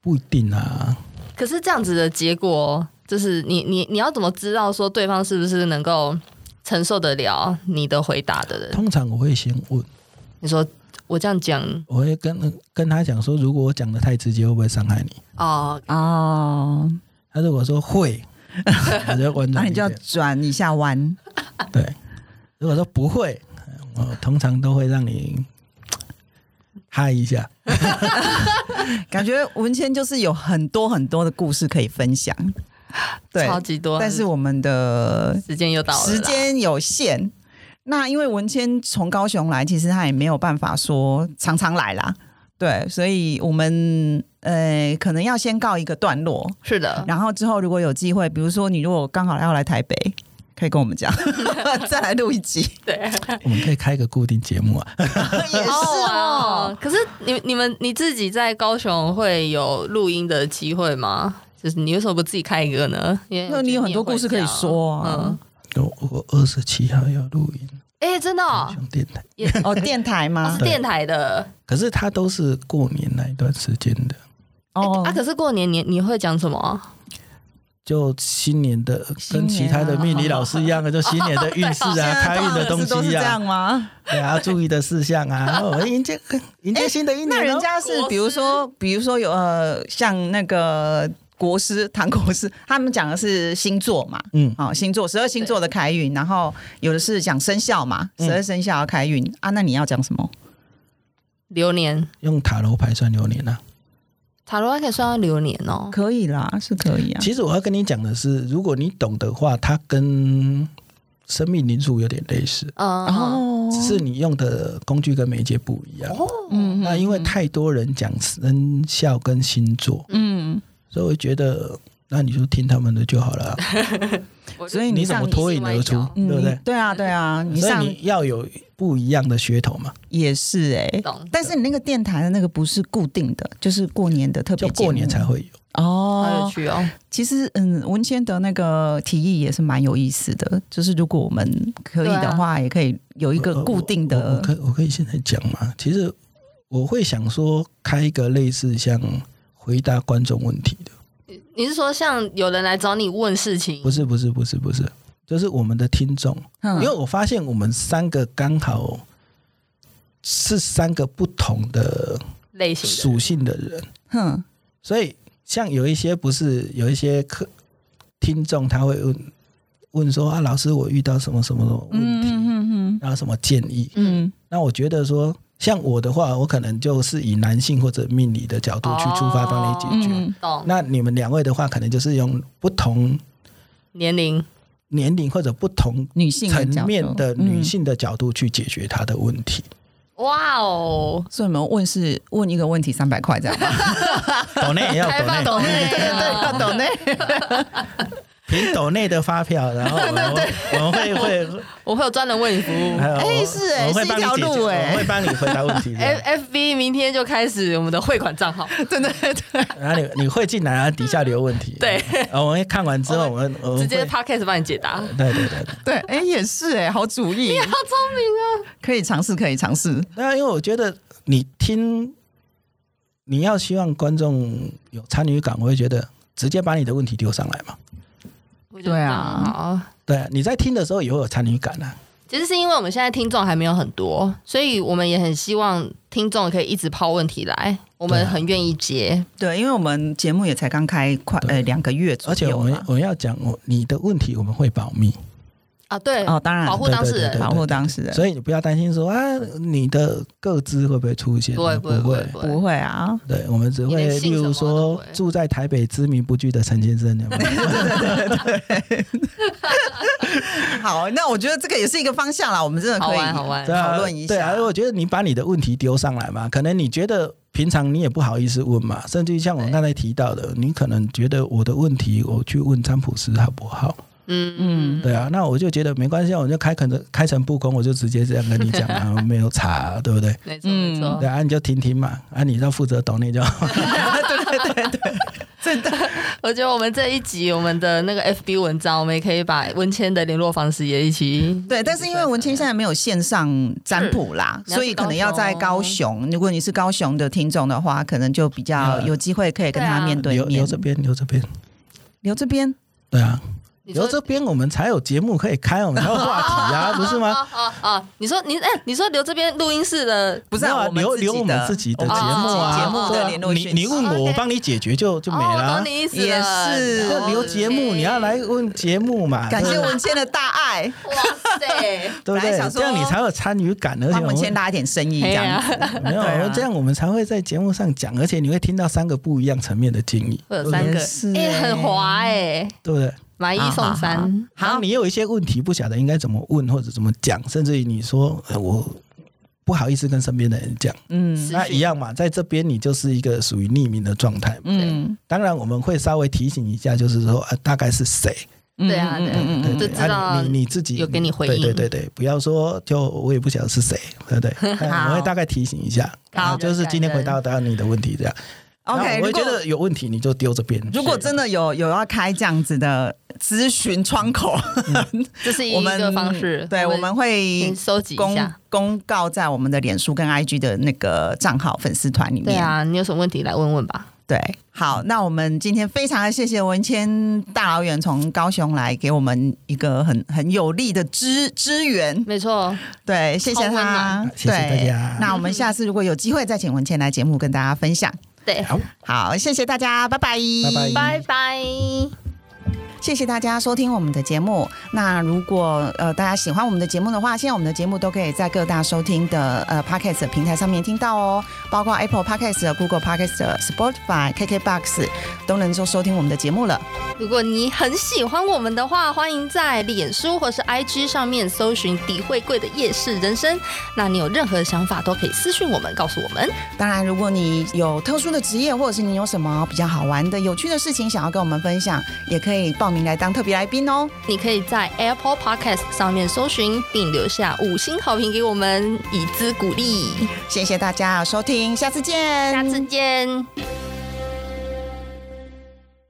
Speaker 3: 不一定啊，
Speaker 2: 可是这样子的结果，就是你你你要怎么知道说对方是不是能够承受得了你的回答的人？
Speaker 3: 通常我会先问，
Speaker 2: 你说我这样讲
Speaker 3: 我会跟跟他讲说，如果我讲的太直接，会不会伤害你？
Speaker 2: 哦，
Speaker 4: 哦，
Speaker 3: 他如果说 会，我就婉
Speaker 4: 那
Speaker 3: 转一
Speaker 4: 你就要
Speaker 3: 点。
Speaker 4: 转一下弯，
Speaker 3: 对，如果说不会，我通常都会让你嗨一下。
Speaker 4: 感觉文谦就是有很多很多的故事可以分享，对，
Speaker 2: 超级多，
Speaker 4: 但是我们的
Speaker 2: 时间又到了啦，
Speaker 4: 时间有限。那因为文谦从高雄来，其实他也没有办法说常常来啦，对，所以我们呃可能要先告一个段落，
Speaker 2: 是的，
Speaker 4: 然后之后如果有机会，比如说你如果刚好要来台北，可以跟我们 讲，再来录一集，
Speaker 2: 对，
Speaker 3: 我们可以开一个固定节目啊，
Speaker 4: 也是
Speaker 2: 好好玩
Speaker 4: 哦。
Speaker 2: 哦。可是你你们你自己在高雄会有录音的机会吗？就是你为什么不自己开一个呢？因为
Speaker 4: 那你有很多故事可以说
Speaker 2: 我觉得你也会
Speaker 4: 啊
Speaker 2: 讲。
Speaker 3: 我我二十七号要录音
Speaker 2: 嗯，哎，真的哦
Speaker 3: 高，雄电台，
Speaker 2: 也
Speaker 4: 哦，电台
Speaker 2: 哦
Speaker 4: 吗
Speaker 2: 是？电台的
Speaker 3: 可是它都是过年那一段时间的，
Speaker 4: 哦
Speaker 2: 啊。可是过年你你会讲什么啊？
Speaker 3: 就新年的
Speaker 4: 新
Speaker 3: 跟
Speaker 4: 年
Speaker 3: 其他的命理老师一样的，就新年的运势啊，开运的东
Speaker 4: 都是
Speaker 3: 西
Speaker 4: 这
Speaker 3: 啊
Speaker 4: 样，吗？
Speaker 3: 对啊，注意的事项啊，哦迎接迎接新的一
Speaker 4: 那
Speaker 3: 年
Speaker 4: 人
Speaker 3: 哦。
Speaker 4: 家是比如说，比如说有呃，像那个国师唐国师，他们讲的是星座嘛，
Speaker 3: 嗯，
Speaker 4: 哦，星座十二星座的开运，然后有的是讲生肖嘛，
Speaker 3: 嗯
Speaker 4: 十二生肖要开运、啊。那你要讲什么？
Speaker 2: 流年
Speaker 3: 用塔罗牌算流年啊。
Speaker 2: 塔罗还可以算到流年哦。
Speaker 4: 可以啦，是可以啊。
Speaker 3: 其实我要跟你讲的是，如果你懂的话，它跟生命灵数有点类似，
Speaker 2: 嗯，嗯
Speaker 4: 哦
Speaker 3: 只是你用的工具跟媒介不一样。
Speaker 4: 嗯
Speaker 3: 那因为太多人讲生肖跟星座，
Speaker 4: 嗯，
Speaker 3: 所以我觉得。那你就听他们的就好 了啊，
Speaker 2: 我
Speaker 4: 所
Speaker 3: 你
Speaker 4: 以哎你
Speaker 3: 怎
Speaker 4: 上
Speaker 3: 么脱颖而出，
Speaker 4: 嗯
Speaker 3: 对不对？
Speaker 4: 对啊，对啊，你
Speaker 3: 所
Speaker 4: 上
Speaker 3: 以你要有不一样的噱头嘛，
Speaker 4: 也是哎、
Speaker 2: 懂
Speaker 4: 但是你那个电台的那个不是固定的，就是过年的特别
Speaker 3: 就过年才会有。
Speaker 4: 节目
Speaker 2: 好有
Speaker 4: 哦。
Speaker 2: 趣哦。
Speaker 4: 其实，嗯，文谦的那个提议也是蛮有意思的，就是如果我们可以的
Speaker 3: 啊
Speaker 4: 话，也可以有一个固定
Speaker 3: 呃我我
Speaker 4: 的
Speaker 3: 可以我可以现在讲嘛？其实我会想说开一个类似像回答观众问题
Speaker 4: 嗯
Speaker 3: 的，
Speaker 2: 你是说像有人来找你问事情
Speaker 3: 不？是不是不是不是，就是我们的听众，
Speaker 4: 嗯
Speaker 3: 因为我发现我们三个刚好是三个不同的
Speaker 2: 类型的
Speaker 3: 属性的人，
Speaker 4: 哼
Speaker 3: 所以像有一些不是有一些客听众他会问问说啊，老师我遇到什么什么什么问题，
Speaker 4: 嗯嗯
Speaker 3: 然后什么建议，
Speaker 4: 嗯
Speaker 3: 那我觉得说，像我的话，我可能就是以男性或者命理的角度去出发帮你解决。
Speaker 4: 嗯
Speaker 2: 哦懂
Speaker 3: 那你们两位的话，可能就是用不同
Speaker 2: 年龄
Speaker 3: 年龄或者不同
Speaker 4: 女性的角度
Speaker 3: 层面的女，
Speaker 4: 嗯
Speaker 3: 性的角度去解决他的问 题，
Speaker 2: 哇哦，
Speaker 4: 所以我们问是问一个问题三百块这样吗，
Speaker 3: 抖内也要
Speaker 2: 开
Speaker 3: 抖
Speaker 2: 放懂
Speaker 3: 内，
Speaker 2: 内
Speaker 4: 欸对对，要
Speaker 2: 啊，
Speaker 4: 懂内，
Speaker 3: 凭抖内的发票，然后我们我们会会，
Speaker 2: 我会有专人为你服务。
Speaker 3: 还有
Speaker 4: 哎
Speaker 3: 我
Speaker 4: 是哎
Speaker 3: 我们会
Speaker 4: 是一
Speaker 3: 帮你
Speaker 4: 条
Speaker 3: 解决
Speaker 4: 路哎
Speaker 3: 我们会帮你回答问题的。
Speaker 2: F F B 明天就开始我们的汇款账号，
Speaker 4: 真的对，
Speaker 3: 然后你你会进来，然后底下留问题，
Speaker 2: 对
Speaker 3: 然后我们会看完之后，我们我们
Speaker 2: 直接
Speaker 3: 会
Speaker 2: podcast 帮你解答。好
Speaker 3: 对对对对。
Speaker 4: 对，哎、也是哎、好主意，
Speaker 2: 聪明啊！
Speaker 4: 可以尝试，可以尝试，
Speaker 3: 那因为我觉得你听，你要希望观众有参与感，我会觉得直接把你的问题丢上来嘛。
Speaker 2: 我觉得
Speaker 4: 对
Speaker 2: 这
Speaker 4: 啊
Speaker 2: 样好，
Speaker 3: 对啊、你在听的时候也会有参与感啊。
Speaker 2: 其实是因为我们现在听众还没有很多，所以我们也很希望听众可以一直抛问题来，我
Speaker 3: 对
Speaker 2: 们
Speaker 3: 啊
Speaker 2: 很愿意接。
Speaker 4: 对，因为我们节目也才刚开快呃两个月左
Speaker 3: 而且我
Speaker 4: 右
Speaker 3: 们
Speaker 4: 啦
Speaker 3: 我要讲我你的问题我们会保密，
Speaker 2: 啊，对，
Speaker 4: 哦，当然
Speaker 2: 保护当事人
Speaker 3: 对对对
Speaker 4: 保护当事人
Speaker 3: 所以你不要担心说啊你的个资会不会出现，啊
Speaker 2: 不会
Speaker 3: 不
Speaker 2: 不会不会
Speaker 3: 会。
Speaker 2: 不会
Speaker 4: 不会啊，
Speaker 3: 对，我们只
Speaker 2: 你连
Speaker 3: 会，例
Speaker 2: 姓什
Speaker 3: 如
Speaker 2: 么都
Speaker 3: 说
Speaker 2: 不会
Speaker 3: 住在台北知名不具的陈先生，有没 有
Speaker 4: 好，那我觉得这个也是一个方向啦，我们真的
Speaker 2: 好
Speaker 4: 可以
Speaker 2: 玩好玩
Speaker 3: 对。啊
Speaker 4: 讨论一
Speaker 3: 对啊，
Speaker 4: 下
Speaker 3: 我觉得你把你的问题丢上来嘛，可能你觉得平常你也不好意思问嘛，甚至于像我
Speaker 2: 对
Speaker 3: 刚才提到的，你可能觉得我的问题我去问占卜师好不好？
Speaker 2: 嗯嗯，
Speaker 3: 对啊，那我就觉得没关系，啊，我就开诚开诚布公，我就直接这样跟你讲啊，
Speaker 2: 嗯
Speaker 3: 没有查、对不对？
Speaker 2: 没错
Speaker 4: 嗯
Speaker 2: 没
Speaker 3: 对
Speaker 2: 错，
Speaker 3: 啊，你就听听嘛，啊，你要负责懂你就好。
Speaker 2: 我觉得我们这一集我们的那个 FB 文章，我们也可以把文谦的联络方式也一起。
Speaker 4: 对，但是因为文谦现在没有线上占卜啦，
Speaker 2: 是
Speaker 4: 所以可能要在高雄。如果你是高雄的听众的话，可能就比较有机会可以跟他面对
Speaker 3: 留
Speaker 4: 面。
Speaker 3: 留这边，留这边，
Speaker 4: 留这边，
Speaker 3: 对啊，
Speaker 2: 你说
Speaker 3: 留这边我们才有节目可以开，我们才有话 题啊，不是吗？
Speaker 2: 啊啊啊！你说你哎、你说留这边录音室的
Speaker 4: 不是
Speaker 3: 没有
Speaker 4: 啊
Speaker 3: 啊
Speaker 4: 我们
Speaker 3: 留
Speaker 4: 自己
Speaker 3: 留我们
Speaker 4: 的哦
Speaker 3: 自己的
Speaker 4: 我
Speaker 3: 节
Speaker 2: 们
Speaker 3: 目
Speaker 2: 自己
Speaker 3: 啊，
Speaker 2: 节目的
Speaker 3: 对啊
Speaker 4: 联络
Speaker 3: 你
Speaker 4: 讯息
Speaker 3: 你问我，我
Speaker 2: 哦 OK
Speaker 3: 帮你解决就就没
Speaker 2: 哦，我
Speaker 3: 了
Speaker 2: 懂。你意思
Speaker 4: 也
Speaker 2: 了
Speaker 4: 是
Speaker 3: 就留节目，你要来问节目嘛？
Speaker 4: 感谢
Speaker 3: 对
Speaker 4: 文谦的大爱，
Speaker 2: 哇 塞，
Speaker 3: 对不
Speaker 4: 本来
Speaker 3: 对
Speaker 4: 想？
Speaker 3: 这样你
Speaker 4: 说
Speaker 3: 才有参与感，而且
Speaker 4: 帮
Speaker 3: 我
Speaker 4: 文
Speaker 3: 们
Speaker 4: 谦拉一点生意这
Speaker 2: 哎呀
Speaker 4: 样子。
Speaker 3: 没有，
Speaker 4: 对啊
Speaker 3: 这样我们才会在节目上讲，而且你会听到三个不一样层面的建议，
Speaker 2: 会有三个
Speaker 4: 也是，
Speaker 2: 哎、
Speaker 4: 欸
Speaker 2: 很滑哎、
Speaker 3: 对不对？
Speaker 2: 买一送
Speaker 3: 啊
Speaker 4: 好好
Speaker 2: 三，
Speaker 3: 然后你也有一些问题不晓得应该怎么问或者怎么讲，甚至于你说、呃我不好意思跟身边的人讲，
Speaker 4: 嗯
Speaker 2: 私
Speaker 3: 那
Speaker 2: 讯
Speaker 3: 一样嘛，在这边你就是一个属于匿名的状态。
Speaker 4: 嗯，
Speaker 3: 当然我们会稍微提醒一下，就是说呃大概是谁，
Speaker 4: 嗯
Speaker 2: 对啊对啊
Speaker 4: 嗯嗯嗯
Speaker 3: 对
Speaker 4: 嗯
Speaker 2: 就
Speaker 3: 对，
Speaker 2: 知道
Speaker 3: 啊、你你自己
Speaker 2: 有给你回
Speaker 3: 对
Speaker 2: 应
Speaker 3: 对对对，不要说就我也不晓得是谁，对不对？ 但我会大概提醒一下，
Speaker 2: 好
Speaker 3: 啊就是今天回答到你的问题这样。
Speaker 4: OK，
Speaker 3: 那我
Speaker 4: 如
Speaker 3: 会觉
Speaker 4: 果
Speaker 3: 得有问题你就丢这边。
Speaker 4: 如果真的有有要开这样子的咨询窗口，
Speaker 2: 这是一
Speaker 4: 我们
Speaker 2: 个方式。
Speaker 4: 对，我们会
Speaker 2: 先收集一
Speaker 4: 公
Speaker 2: 下。
Speaker 4: 公告在我们的脸书跟 IG 的那个账号粉丝团里
Speaker 2: 对
Speaker 4: 面。
Speaker 2: 啊，你有什么问题来问问吧。
Speaker 4: 对，好，那我们今天非常的谢谢文谦大老远从高雄来给我们一个很很有力的支支援，
Speaker 2: 没错，
Speaker 4: 对，谢谢
Speaker 2: 超温
Speaker 4: 他
Speaker 2: 暖，
Speaker 3: 谢谢大
Speaker 4: 对
Speaker 3: 家
Speaker 4: 那我们下次如果有机会再请文谦来节目跟大家分享。
Speaker 2: 对，
Speaker 3: 好，
Speaker 4: 好，谢谢大家，拜拜，
Speaker 3: 拜拜
Speaker 2: 拜拜。
Speaker 4: 谢谢大家收听我们的节目。那如果呃大家喜欢我们的节目的话，现在我们的节目都可以在各大收听的呃 podcast 的平台上面听到哦，包括 Apple Podcast、Google Podcast、Spotify、KKBox 都能够收听我们的节目了。
Speaker 2: 如果你很喜欢我们的话，欢迎在脸书或是 IG 上面搜寻“李慧贵的夜市人生”。那你有任何想法都可以私讯我们，告诉我们。
Speaker 4: 当然，如果你有特殊的职业，或者是你有什么比较好玩的、有趣的事情想要跟我们分享，也可以报名来当特别来宾哦。
Speaker 2: 你可以在 Apple Podcast 上面搜寻，并留下五星好评给我们，以资鼓励。
Speaker 4: 谢谢大家的收听，下次见，
Speaker 2: 下次见。